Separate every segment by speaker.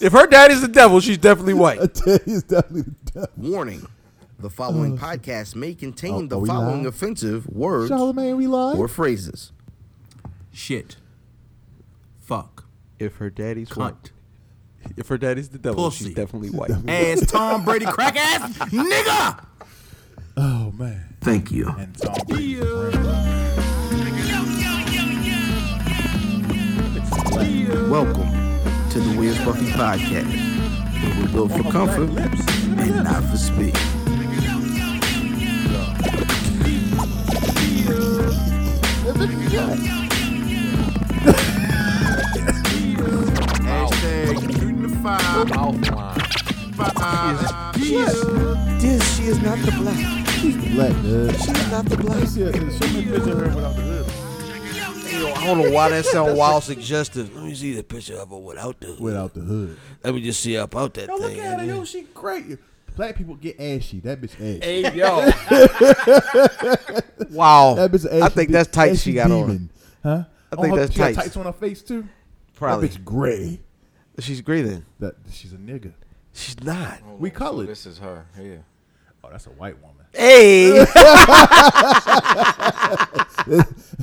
Speaker 1: If her daddy's the devil, she's definitely white.
Speaker 2: I tell you, it's definitely the devil.
Speaker 3: Warning: The following podcast may contain
Speaker 2: Oh,
Speaker 3: the
Speaker 2: are we
Speaker 3: following
Speaker 2: live?
Speaker 3: offensive words
Speaker 2: Charlemagne, we live.
Speaker 3: or phrases.
Speaker 4: Shit. Fuck.
Speaker 1: If her daddy's
Speaker 4: Cunt.
Speaker 1: If her daddy's the devil,
Speaker 4: Pussy.
Speaker 1: she's definitely white.
Speaker 4: Ass Tom Brady crack ass nigga.
Speaker 2: oh man.
Speaker 4: Thank you.
Speaker 2: And Tom Brady.
Speaker 3: Welcome to the Where's Buffy podcast, where we
Speaker 2: Oh,
Speaker 3: build for comfort and not for speed. Hashtag unified.
Speaker 5: This, she is not the black.
Speaker 2: Black dude.
Speaker 5: She is not the black.
Speaker 2: Yeah, show me a picture of her without the hood.
Speaker 5: I don't know why that sound wild suggestive. Let me see the picture of her without the.
Speaker 2: Without the hood.
Speaker 5: Let me just see her about that thing.
Speaker 2: yo, she great. Black people get ashy. That bitch ashy.
Speaker 5: Hey yo. wow.
Speaker 2: That bitch ashy.
Speaker 5: I think
Speaker 2: bitch.
Speaker 5: that's tight
Speaker 2: Ashy
Speaker 5: she got on.
Speaker 2: demon. Huh?
Speaker 5: I think
Speaker 2: her,
Speaker 5: that's
Speaker 2: she got
Speaker 5: tights.
Speaker 2: tights on her face too.
Speaker 5: Probably.
Speaker 2: That bitch gray.
Speaker 5: She's breathing.
Speaker 2: That she's a nigga.
Speaker 5: She's not.
Speaker 2: We colored.
Speaker 6: This is her. Yeah.
Speaker 2: Oh, that's a white woman.
Speaker 5: Hey.
Speaker 6: Those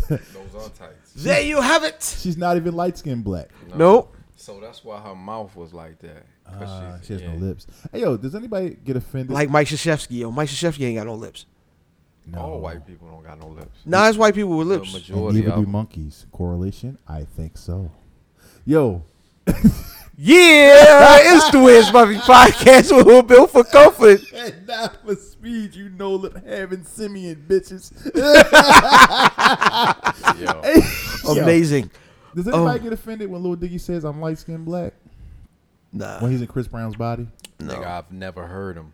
Speaker 6: are tights.
Speaker 5: there you have it.
Speaker 2: She's not even light skinned black.
Speaker 5: Nope.
Speaker 6: So that's why her mouth was like that. 'cause
Speaker 2: Uh,
Speaker 6: she's-
Speaker 2: she has
Speaker 6: yeah.
Speaker 2: no lips. Hey yo, does anybody get offended?
Speaker 5: Like Mike Krzyzewski. Yo, Mike Krzyzewski ain't got no lips.
Speaker 2: no.
Speaker 6: All white people don't got no lips.
Speaker 5: Nah, it's white people with
Speaker 6: The
Speaker 5: lips.
Speaker 2: And
Speaker 6: majority
Speaker 2: neither
Speaker 6: of
Speaker 2: do
Speaker 6: them.
Speaker 2: monkeys. Correlation? I think so. Yo,
Speaker 1: Yeah, it's the Wiz Buffy podcast with Who Built for Comfort.
Speaker 2: And not for speed, you know, lip having simian bitches.
Speaker 6: Yeah.
Speaker 5: Amazing.
Speaker 2: Does
Speaker 5: Oh.
Speaker 2: anybody get offended when Lil Diggy says I'm light skinned black
Speaker 5: Nah.
Speaker 2: when he's in Chris Brown's body?
Speaker 6: Nigga, I've never heard him.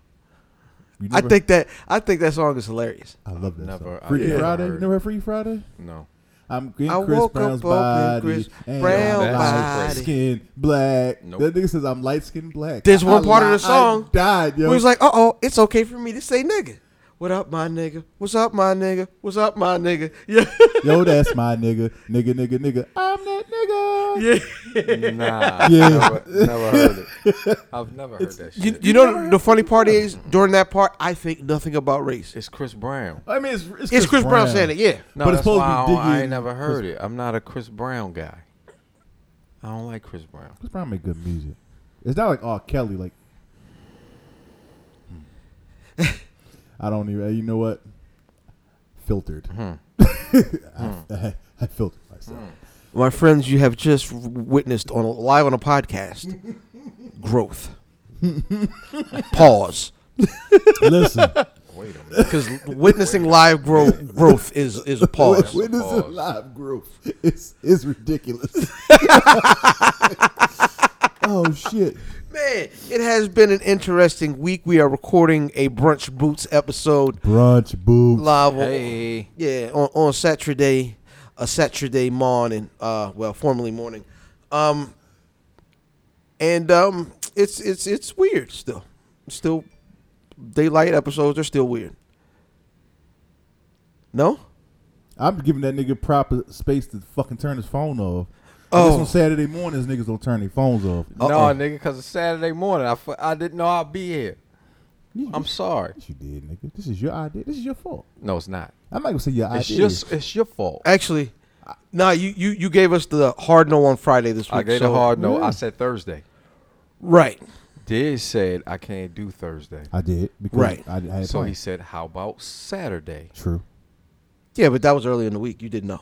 Speaker 2: You
Speaker 5: I
Speaker 2: never-
Speaker 5: think that I think that song is hilarious.
Speaker 2: I love that.
Speaker 6: Never-
Speaker 2: song.
Speaker 6: I've
Speaker 2: Freaky
Speaker 6: never
Speaker 2: Friday. You
Speaker 6: heard.
Speaker 2: never heard Freaky Friday?
Speaker 6: No.
Speaker 2: I'm in
Speaker 5: I
Speaker 2: Chris
Speaker 5: woke
Speaker 2: Brown's
Speaker 5: up open
Speaker 2: body.
Speaker 5: Chris
Speaker 2: and
Speaker 5: Brown
Speaker 2: I'm light
Speaker 5: body.
Speaker 2: skinned black.
Speaker 6: Nope.
Speaker 2: That nigga says I'm light skinned black.
Speaker 5: There's one
Speaker 2: I
Speaker 5: part of
Speaker 2: li-
Speaker 5: the song
Speaker 2: I died, yo.
Speaker 5: We was like, uh oh, it's okay for me to say nigga. What up, my nigga? What's up, my nigga? What's up, my nigga? Yeah.
Speaker 2: yo, that's my nigga. Nigga, nigga, nigga. I'm that nigga.
Speaker 5: yeah.
Speaker 6: Nah.
Speaker 2: Yeah.
Speaker 6: Never, never heard it. I've never heard that shit.
Speaker 5: You, you know the funny part is during that part I think nothing about race.
Speaker 6: it's Chris Brown.
Speaker 2: I mean, it's, it's,
Speaker 5: It's Chris Brown, saying it, yeah.
Speaker 6: No,
Speaker 2: But it's
Speaker 6: that's
Speaker 2: supposed
Speaker 6: why
Speaker 2: to
Speaker 6: I,
Speaker 2: be
Speaker 6: don't- I
Speaker 2: Diggy
Speaker 6: ain't never
Speaker 2: Chris-
Speaker 6: heard it. I'm not a Chris Brown guy. I don't like Chris Brown.
Speaker 2: Chris Brown make good music. It's not like oh Kelly like. I don't even. You know what? Filtered.
Speaker 5: Hmm.
Speaker 2: I, I, I filtered myself.
Speaker 5: My friends, you have just witnessed on a, live on a podcast growth. Pause. Hmm.
Speaker 2: Listen,
Speaker 6: Wait a minute.
Speaker 5: Because witnessing live grow, growth is is a pause.
Speaker 2: when this is
Speaker 6: pause.
Speaker 2: live group, it's it's ridiculous. oh shit!
Speaker 5: Man, it has been an interesting week. We are recording a brunch boots episode
Speaker 2: Brunch boots.
Speaker 5: live. on-
Speaker 6: Hey.
Speaker 5: Yeah, on, on Saturday, a Saturday morning, uh, well, formerly morning, um, and um, it's it's it's weird still, still, daylight episodes are still weird. No,
Speaker 2: I'm giving that nigga proper space to fucking turn his phone off. I
Speaker 5: Oh.
Speaker 2: guess on Saturday mornings, niggas don't turn their phones off.
Speaker 6: No,
Speaker 5: Uh-oh.
Speaker 6: nigga, because it's Saturday morning. I, fu- I didn't know I'd be here.
Speaker 2: You-
Speaker 6: I'm sorry.
Speaker 2: Yes, you did, nigga. This is your idea. This is your fault.
Speaker 6: No, it's not.
Speaker 2: I'm not gonna say your
Speaker 6: It's
Speaker 2: idea.
Speaker 6: your, it's your fault.
Speaker 5: actually, nah. You you you gave us the hard no on Friday this week.
Speaker 6: I gave
Speaker 5: so-
Speaker 6: a hard no.
Speaker 2: Yeah.
Speaker 6: I said Thursday.
Speaker 5: right.
Speaker 6: Did said I can't do Thursday.
Speaker 2: I did because
Speaker 5: Right.
Speaker 2: I, I had
Speaker 6: So he
Speaker 2: plans.
Speaker 6: said, "How about Saturday?"
Speaker 2: true.
Speaker 5: Yeah, but that was early in the week. You didn't know.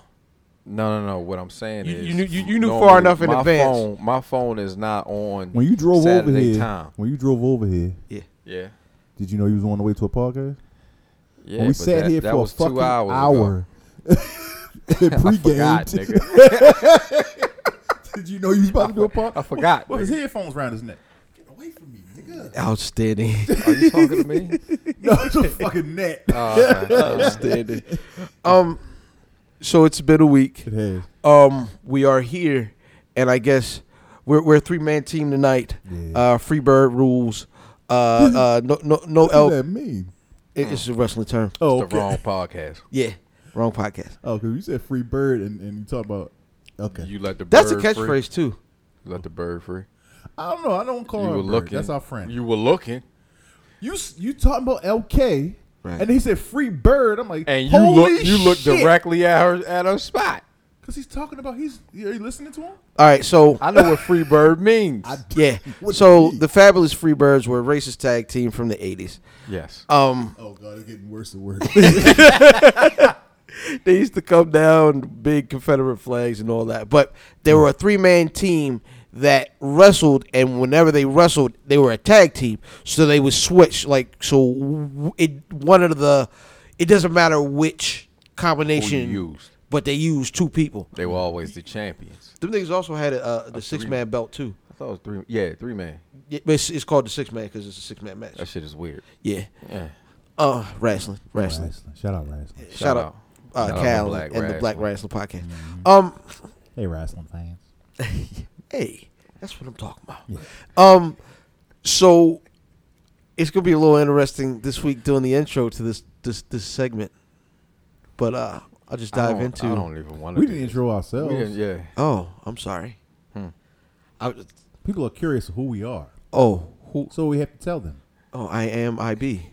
Speaker 6: No, no, no. What I'm saying
Speaker 5: You- you
Speaker 6: is,
Speaker 5: knew- you- you knew far enough in
Speaker 6: my
Speaker 5: advance.
Speaker 6: Phone, my phone is not on
Speaker 2: When you drove
Speaker 6: Saturday
Speaker 2: over here,
Speaker 6: Time.
Speaker 2: when you drove over here,
Speaker 5: Yeah.
Speaker 6: Yeah,
Speaker 2: did you know you was on the way to a podcast?
Speaker 6: yeah.
Speaker 2: when we
Speaker 6: but
Speaker 2: sat
Speaker 6: that-
Speaker 2: here
Speaker 6: that
Speaker 2: for
Speaker 6: was
Speaker 2: a
Speaker 6: two
Speaker 2: fucking
Speaker 6: hours ago.
Speaker 2: hour,
Speaker 6: I forgot,
Speaker 2: pregame.
Speaker 6: nigga.
Speaker 2: Did you know you was about to do a podcast?
Speaker 6: I forgot,
Speaker 2: With his headphones around his neck. Get away from me, nigga.
Speaker 5: Outstanding.
Speaker 6: Are you talking to me?
Speaker 2: No, it's a fucking neck.
Speaker 6: Oh, okay.
Speaker 5: Outstanding. um, so it's been a week.
Speaker 2: It has.
Speaker 5: um, we are here, and I guess we're we're a three man team tonight.
Speaker 2: Yeah.
Speaker 5: Uh, free bird rules. Uh, uh, no, no, no.
Speaker 2: What
Speaker 5: L-
Speaker 2: does that mean?
Speaker 5: it- it's a wrestling term.
Speaker 2: Oh,
Speaker 6: oh, the wrong podcast.
Speaker 5: Yeah, wrong podcast.
Speaker 2: Oh, because you said free bird and, and you talk about okay.
Speaker 6: You let the
Speaker 5: That's
Speaker 6: bird
Speaker 5: a
Speaker 6: free.
Speaker 5: catchphrase too.
Speaker 6: Let the bird free.
Speaker 2: I don't know. I don't call
Speaker 6: You
Speaker 2: her
Speaker 6: were
Speaker 2: Bird.
Speaker 6: looking.
Speaker 2: That's our friend. You
Speaker 6: You were looking,
Speaker 2: you, s- you talking about LK?
Speaker 3: Right.
Speaker 2: And he said free bird. I'm like,
Speaker 6: and you
Speaker 2: Holy
Speaker 6: look. You look
Speaker 2: shit.
Speaker 6: directly at her at her spot.
Speaker 2: Cause he's talking about he's. Are you listening to him?
Speaker 5: All right, so
Speaker 6: I know what free bird means.
Speaker 5: yeah,
Speaker 2: What
Speaker 5: so
Speaker 2: the-
Speaker 5: the Fabulous Freebirds were a racist tag team from the '80s.
Speaker 6: yes.
Speaker 5: Um,
Speaker 2: Oh god, it's getting worse and worse.
Speaker 5: they used to come down big Confederate flags and all that, but they were a three-man team that wrestled, and whenever they wrestled, they were a tag team. So they would switch, like so. w- It one of the, it doesn't matter which combination
Speaker 6: used.
Speaker 5: but they used two people.
Speaker 6: They were always the champions.
Speaker 5: Them niggas also had a, uh, the six-man belt too.
Speaker 6: I thought it was three. Yeah, three man.
Speaker 5: Yeah, but it's, it's called the six man because it's a six man match.
Speaker 6: That shit is weird.
Speaker 5: Yeah.
Speaker 6: Yeah.
Speaker 5: Uh, wrestling, wrestling.
Speaker 2: Shout out Wrestling.
Speaker 5: Shout, out, uh,
Speaker 6: Shout out to
Speaker 5: Cal
Speaker 6: Black
Speaker 5: and the Black Wrestling
Speaker 6: Wrestling. Mm-hmm.
Speaker 5: Podcast. Um,
Speaker 2: Hey, wrestling fans.
Speaker 5: hey, that's what I'm talking about. Um, so it's gonna be a little interesting this week doing the intro to this this this segment, but uh, I'll just
Speaker 6: I
Speaker 5: dive
Speaker 6: don't-
Speaker 5: into.
Speaker 6: I don't even want to.
Speaker 2: We didn't intro ourselves.
Speaker 6: We didn't, yeah.
Speaker 5: Oh, I'm sorry.
Speaker 6: Hmm.
Speaker 5: I, was-
Speaker 2: People are curious who we are,
Speaker 5: oh, who?
Speaker 2: so we have to tell them.
Speaker 5: Oh, I am IB.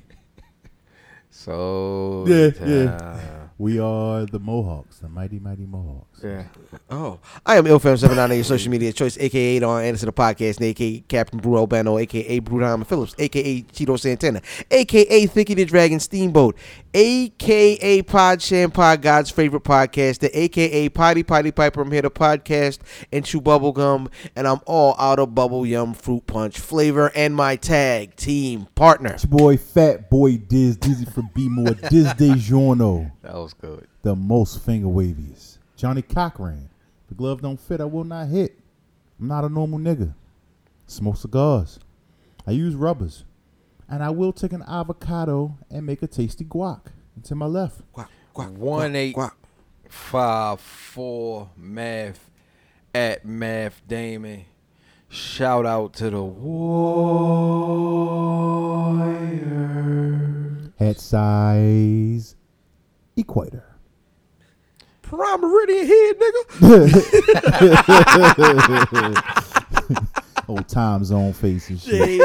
Speaker 6: So
Speaker 2: Yeah,
Speaker 6: yeah,
Speaker 2: We are the Mohawks, the mighty, mighty Mohawks.
Speaker 6: yeah.
Speaker 5: Oh, I am IlFam798, your social media choice, aka Don Anderson, the podcast, and aka Captain Brew Albano, aka Brew Diamond Phillips, aka Cheeto Santana, aka Thicky the Dragon Steamboat, aka Pod Sham Pod God's favorite podcast, the aka Potty Potty Piper. I'm here to podcast and chew bubble gum, and I'm all out of bubble yum fruit punch flavor, and my tag team partner.
Speaker 2: It's your boy, Fat Boy Diz, Dizzy from B More, Diz DeJourno,
Speaker 6: That was good.
Speaker 2: the most finger waviest. Johnny Cochran, the glove don't fit, I will not hit. I'm not a normal nigga. Smoke cigars. I use rubbers. And I will take an avocado and make a tasty guac. And to my left,
Speaker 5: Guac, guac,
Speaker 6: One
Speaker 5: guac,
Speaker 6: eight
Speaker 5: guac.
Speaker 6: five four math at math Damon. Shout out to the warrior.
Speaker 2: head size equator.
Speaker 5: Prime Meridian here, nigga.
Speaker 2: Old time zone face and shit.
Speaker 5: Hey, yo.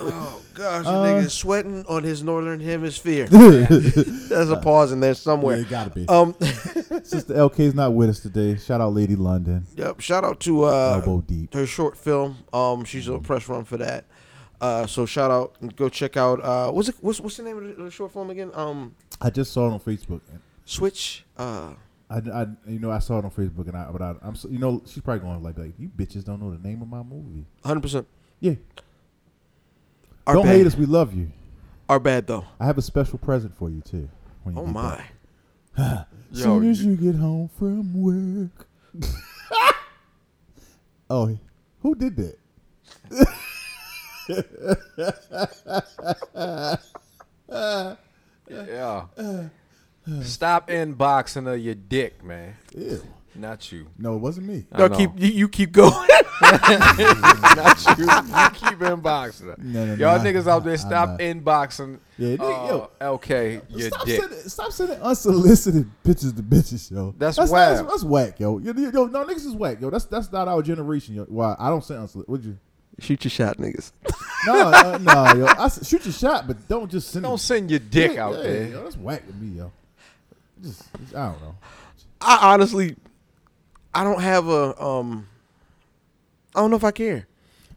Speaker 5: oh gosh, the nigga's sweating on his northern hemisphere. There's a pause in there somewhere.
Speaker 2: Yeah, it gotta be.
Speaker 5: Um,
Speaker 2: Sister LK's not with us today. Shout out Lady London.
Speaker 5: yep. Shout out to uh,
Speaker 2: Elbow deep.
Speaker 5: her short film. Um, she's on a press run for that. Uh, so shout out and go check out. Uh, what's it? What's, what's the name of the, the short film again? Um,
Speaker 2: I just saw it on Facebook.
Speaker 5: Switch. Uh,
Speaker 2: I, I you know, I saw it on Facebook, and I, but I, I'm, so, you know, she's probably going like, like, you bitches don't know the name of my movie.
Speaker 5: hundred percent.
Speaker 2: Yeah,
Speaker 5: Our
Speaker 2: don't
Speaker 5: bad.
Speaker 2: hate us. We love you.
Speaker 5: Our bad though.
Speaker 2: I have a special present for you too. when you
Speaker 5: Oh
Speaker 2: get
Speaker 5: my.
Speaker 2: back.
Speaker 6: Yo,
Speaker 2: Soon as
Speaker 6: you-
Speaker 2: you get home from work. oh, who did that?
Speaker 6: Yeah.
Speaker 2: Uh,
Speaker 6: Stop inboxing her your dick, man.
Speaker 2: Ew.
Speaker 6: Not you.
Speaker 2: No, it wasn't me.
Speaker 6: I know.
Speaker 5: you, you keep going.
Speaker 6: Not you. You keep inboxing her.
Speaker 2: No, no, no,
Speaker 6: Y'all
Speaker 2: I-
Speaker 6: niggas out
Speaker 2: I-
Speaker 6: there,
Speaker 2: I'm
Speaker 6: stop
Speaker 2: not.
Speaker 6: inboxing.
Speaker 2: Yeah, nigga, yo.
Speaker 6: uh, Okay, your
Speaker 2: stop
Speaker 6: dick.
Speaker 2: Sending, stop sending unsolicited pictures to bitches, yo.
Speaker 6: That's
Speaker 2: that's
Speaker 6: whack.
Speaker 2: That's, that's whack, yo. yo. yo, yo, no, niggas is whack, yo. That's that's not our generation, yo. Why I don't send unsolicited? Would you?
Speaker 5: Shoot your shot, niggas.
Speaker 2: No, no, no, yo. I s- shoot your shot, but don't just send.
Speaker 6: Don't
Speaker 2: it.
Speaker 6: send your dick
Speaker 2: Yeah,
Speaker 6: out
Speaker 2: yeah,
Speaker 6: there.
Speaker 2: Yo, that's whack with me, yo. Just, just- I don't know.
Speaker 5: I honestly, I don't have a um. I don't know if I care.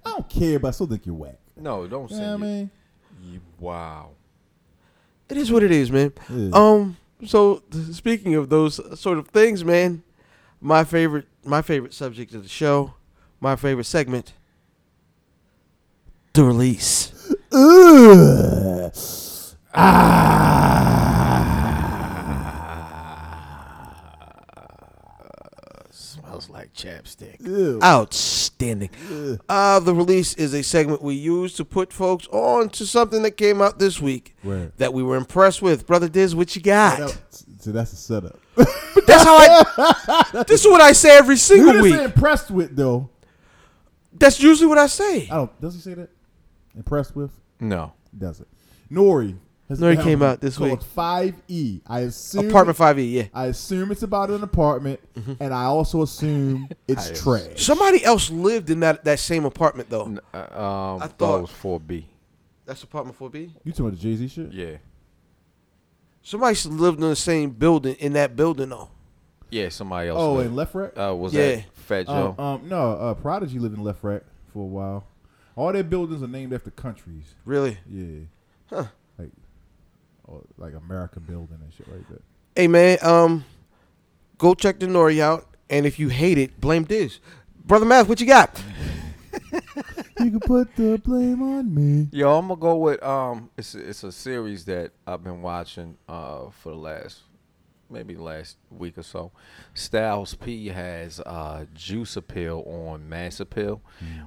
Speaker 2: I don't care, but I still think you're whack.
Speaker 6: No, don't
Speaker 2: You know what I
Speaker 6: send
Speaker 2: mean?
Speaker 6: your, you, Wow.
Speaker 5: It is what it is, man.
Speaker 2: Yeah.
Speaker 5: Um. So th- speaking of those sort of things, man, my favorite, my favorite subject of the show, my favorite segment, the release.
Speaker 2: Ugh.
Speaker 6: Smells like chapstick.
Speaker 2: Ew.
Speaker 5: Outstanding. Uh, the release is a segment we use to put folks on to something that came out this week
Speaker 2: Word.
Speaker 5: that we were impressed with. Brother Diz, what you got?
Speaker 2: That- So that's a setup.
Speaker 5: That's how I. this is what I say every
Speaker 2: Who
Speaker 5: single
Speaker 2: did
Speaker 5: week.
Speaker 2: say impressed with though?
Speaker 5: That's usually what I say.
Speaker 2: I don't. Does he say that? Impressed with?
Speaker 6: No.
Speaker 2: Does it? Nori His
Speaker 5: No, it
Speaker 2: album
Speaker 5: came out this
Speaker 2: called
Speaker 5: week.
Speaker 2: Five E. I assume
Speaker 5: Apartment 5E, yeah.
Speaker 2: I assume it's about an apartment, and I also assume it's trash.
Speaker 5: Somebody else lived in that, that same apartment, though.
Speaker 6: N- uh,
Speaker 5: I
Speaker 6: um, I
Speaker 5: thought-
Speaker 6: thought it was four B.
Speaker 5: That's apartment 4B?
Speaker 2: You talking about the Jay Z shit?
Speaker 6: Yeah,
Speaker 5: Somebody s- lived in the same building, in that building, though.
Speaker 6: yeah. Somebody else.
Speaker 2: Oh,
Speaker 6: did.
Speaker 2: and Left Rack.
Speaker 6: uh, was
Speaker 5: Yeah.
Speaker 6: that Fat Joe?
Speaker 2: Um, um, no, uh, Prodigy lived in Left Rack for a while. All their buildings are named after countries.
Speaker 5: Really?
Speaker 2: Yeah. Like, or like America building and shit like that.
Speaker 5: Hey, man, um, go check the Nori out. And if you hate it, blame Diz. Brother Math, what you got?
Speaker 2: You can put the blame on me.
Speaker 6: Yo, I'm gonna go with um. It's a, it's a series that I've been watching uh for the last maybe last week or so. Styles P has uh Juice Appeal on Mass Appeal,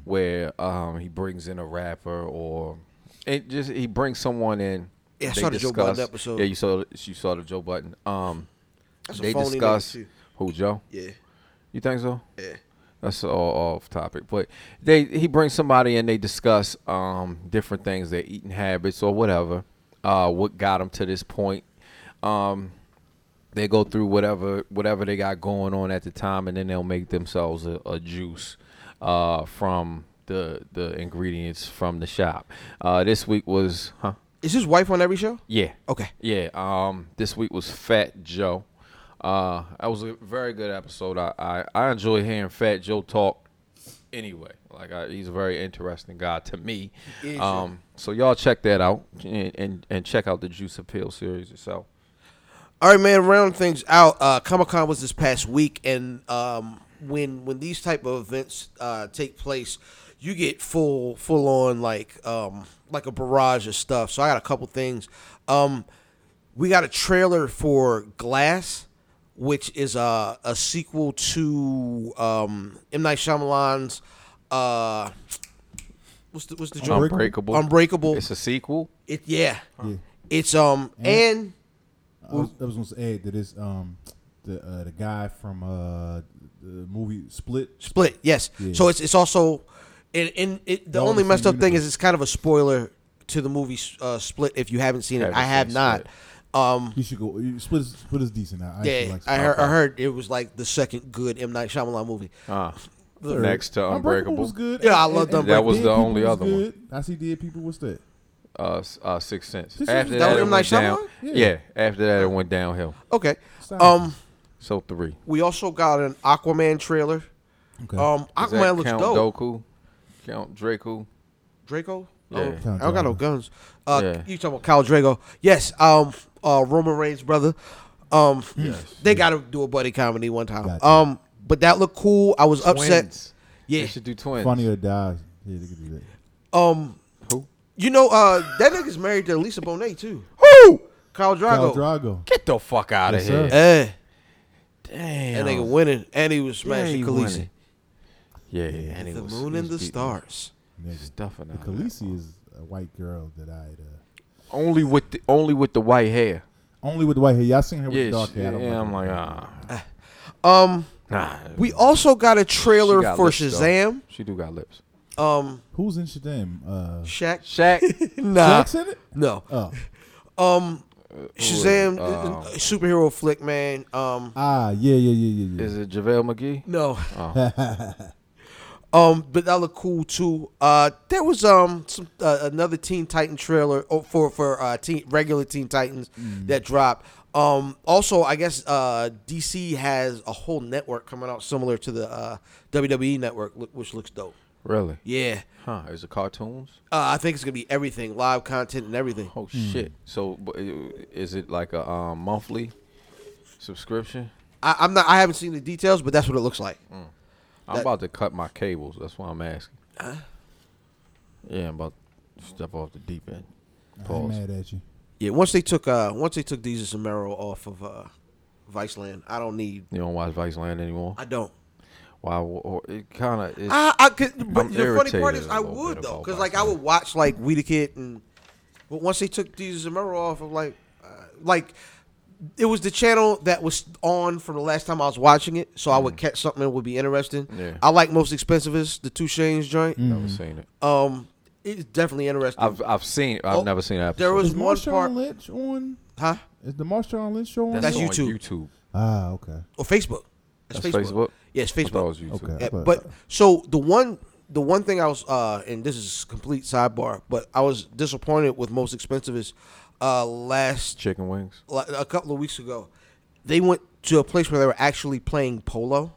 Speaker 6: where um he brings in a rapper or it just he brings someone in.
Speaker 5: Yeah, I
Speaker 6: they
Speaker 5: saw the Joe Budden
Speaker 6: discuss-
Speaker 5: episode.
Speaker 6: Yeah, you saw you saw the Joe Button. Um,
Speaker 5: That's a
Speaker 6: they
Speaker 5: phony nigga,
Speaker 6: discuss
Speaker 5: too.
Speaker 6: who Joe.
Speaker 5: Yeah.
Speaker 6: You think so?
Speaker 5: Yeah.
Speaker 6: That's all off topic, but they he brings somebody and they discuss um, different things, their eating habits or whatever, uh, what got them to this point. Um, they go through whatever whatever they got going on at the time, and then they'll make themselves a, a juice uh, from the the ingredients from the shop. Uh, this week was, huh?
Speaker 5: Is his wife on every show?
Speaker 6: Yeah.
Speaker 5: Okay.
Speaker 6: Yeah. Um. This week was Fat Joe. Uh, that was a very good episode. I I, I enjoy hearing Fat Joe talk. Anyway, like I, he's a very interesting guy to me.
Speaker 5: is, yeah.
Speaker 6: Um. So y'all check that out and and, and check out the Juice Appeal series itself.
Speaker 5: All right, man. Round things out. Uh, Comic Con was this past week, and um, when when these type of events uh, take place, you get full full on like um, like a barrage of stuff. So I got a couple things. Um, we got a trailer for Glass, which is a a sequel to um, M Night Shyamalan's. Uh, what's the what's the joint?
Speaker 6: Unbreakable.
Speaker 5: Unbreakable.
Speaker 6: It's a sequel.
Speaker 5: It yeah.
Speaker 2: Yeah.
Speaker 5: It's um and
Speaker 2: I was, I was going to add that it's um, the uh, the guy from uh, the movie Split.
Speaker 5: Split, yes. So it's it's also, and, and it, the
Speaker 2: They're all
Speaker 5: only
Speaker 2: in the
Speaker 5: messed up
Speaker 2: same
Speaker 5: thing is
Speaker 2: universe.
Speaker 5: it's kind of a spoiler to the movie uh, Split if you haven't seen it.
Speaker 6: Haven't
Speaker 5: I have
Speaker 6: seen
Speaker 5: not. Um,
Speaker 2: You should go. you- Split is, Split is decent. I, I actually
Speaker 5: yeah,
Speaker 2: like
Speaker 5: I
Speaker 2: Split.
Speaker 5: heard, I heard it was like the second good M Night Shyamalan movie.
Speaker 6: Uh,
Speaker 5: The-
Speaker 6: next to
Speaker 2: Unbreakable was
Speaker 6: Unbreakable.
Speaker 2: good.
Speaker 5: Yeah, I loved Unbreakable.
Speaker 6: That was
Speaker 2: Dead
Speaker 6: the
Speaker 2: People
Speaker 6: only
Speaker 2: was
Speaker 6: other one.
Speaker 2: good. I see Dead People. What's that?
Speaker 6: Uh, s- uh, Sixth Sense.
Speaker 2: Sixth Sense
Speaker 6: After
Speaker 2: was
Speaker 6: that,
Speaker 5: that
Speaker 6: it
Speaker 5: M. Night
Speaker 6: went down.
Speaker 2: Shyamalan?
Speaker 6: Yeah.
Speaker 2: Yeah.
Speaker 6: After that, it went downhill.
Speaker 5: Okay.
Speaker 2: Silence.
Speaker 5: Um,
Speaker 6: So three.
Speaker 5: we also got an Aquaman trailer.
Speaker 2: Okay.
Speaker 5: Um,
Speaker 6: Does that
Speaker 5: Aquaman looks
Speaker 6: count
Speaker 5: dope.
Speaker 6: Doku? Count Draco?
Speaker 5: Draco.
Speaker 6: Yeah.
Speaker 5: Oh, I
Speaker 2: Count
Speaker 5: don't got no
Speaker 2: Dooku.
Speaker 5: guns. Uh,
Speaker 6: Yeah.
Speaker 5: you talking about Kyle Drago? Yes. Um, uh, Roman Reigns' brother. Um, they got to do a buddy comedy one time.
Speaker 2: Gotcha.
Speaker 5: Um, but that looked cool. I was upset.
Speaker 6: Twins.
Speaker 5: Yeah.
Speaker 6: They should do twins.
Speaker 2: Funny or die. Yeah, they could do that.
Speaker 5: Um,
Speaker 6: Who?
Speaker 5: You know, uh, that nigga's married to Lisa Bonet too.
Speaker 6: Who?
Speaker 5: Kyle Drago.
Speaker 2: Khal Drago.
Speaker 6: Get the fuck out
Speaker 2: Yes,
Speaker 6: of here.
Speaker 2: sir.
Speaker 5: Eh, that
Speaker 6: Damn.
Speaker 5: nigga winning, and he was smashing
Speaker 6: he
Speaker 5: Khaleesi.
Speaker 6: winning. Yeah, yeah. And he
Speaker 5: The
Speaker 6: was-
Speaker 5: moon
Speaker 6: he
Speaker 5: and the
Speaker 6: was beating
Speaker 5: stars.
Speaker 6: the
Speaker 2: Nigga.
Speaker 6: Stuffing out. of that.
Speaker 2: Khaleesi is a white girl that I had, uh,
Speaker 6: Only with the only with the white hair.
Speaker 2: only with the white hair. Y'all seen her with
Speaker 6: Yeah,
Speaker 2: the dark
Speaker 6: she-
Speaker 2: hair. I don't
Speaker 6: yeah. I'm
Speaker 2: her.
Speaker 6: like, ah,
Speaker 5: Um,
Speaker 6: nah.
Speaker 5: we also got a trailer
Speaker 6: She got
Speaker 5: for
Speaker 6: lips, though.
Speaker 5: Shazam.
Speaker 6: She do got lips.
Speaker 5: Um,
Speaker 2: who's in Shazam? Uh,
Speaker 5: Shaq.
Speaker 6: Shaq.
Speaker 5: Nah,
Speaker 2: Jack's in it.
Speaker 5: no.
Speaker 2: Oh,
Speaker 5: Um, Shazam,
Speaker 6: uh,
Speaker 5: uh, uh, superhero flick, man. Um,
Speaker 2: ah, yeah, yeah, yeah, yeah, yeah.
Speaker 6: Is it JaVale McGee?
Speaker 5: no. um, but that looked cool too. Uh, there was um some, uh, another Teen Titan trailer oh, for for uh teen, regular Teen Titans that dropped. Um, also, I guess uh DC has a whole network coming out similar to the uh, WWE network, look- which looks dope.
Speaker 6: Really?
Speaker 5: Yeah,
Speaker 6: Huh? Is it cartoons?
Speaker 5: uh, I think it's gonna be everything, live content and everything.
Speaker 6: Oh
Speaker 2: Hmm.
Speaker 6: shit! So but, uh, is it like a um, monthly subscription?
Speaker 5: I, I'm not, I haven't seen the details, but that's what it looks like.
Speaker 6: I'm
Speaker 5: That-
Speaker 6: about to cut my cables. That's why I'm asking. yeah, I'm about to step off the deep end.
Speaker 2: I'm
Speaker 6: Pause.
Speaker 2: mad at you.
Speaker 5: Yeah, once they took uh once they took Desus and Mero off of uh Viceland, I don't need
Speaker 6: You don't watch Vice Land anymore?
Speaker 5: I Ah. don't.
Speaker 6: Why? Or it kind of.
Speaker 5: I, I could, but
Speaker 6: I'm
Speaker 5: the funny part
Speaker 6: irritated
Speaker 5: is
Speaker 6: a
Speaker 5: I
Speaker 6: little
Speaker 5: would
Speaker 6: bit
Speaker 5: though,
Speaker 6: about
Speaker 5: because like I
Speaker 6: Barcelona.
Speaker 5: would watch like We the Kid, and but once they took these Zamora off, I'm like, uh, like it was the channel that was on from the last time I was watching it, so I would catch something that would be interesting.
Speaker 6: Mm. Yeah.
Speaker 5: I like most expensive is the Two Chains joint.
Speaker 6: Never seen it.
Speaker 5: Um, It's definitely interesting.
Speaker 6: I've I've seen. I've
Speaker 5: Oh,
Speaker 6: never seen an episode.
Speaker 5: there was
Speaker 2: Is
Speaker 5: one part,
Speaker 2: Marshawn Lynch on?
Speaker 5: huh?
Speaker 2: Is the Marshawn Lynch show on?
Speaker 5: That's
Speaker 6: That's, on
Speaker 5: YouTube.
Speaker 6: YouTube.
Speaker 2: Ah, okay.
Speaker 5: Or Facebook. It's
Speaker 6: That's Facebook?
Speaker 5: Yes,
Speaker 6: I thought it
Speaker 5: Facebook.
Speaker 6: was YouTube.
Speaker 2: Okay.
Speaker 5: Yeah,
Speaker 2: But-
Speaker 5: Eh,
Speaker 6: uh,
Speaker 5: but so the one the one thing I was uh and this is complete sidebar, but I was disappointed with most expensive is uh last
Speaker 6: Chicken wings.
Speaker 5: like, a couple of weeks ago, they went to a place where they were actually playing polo,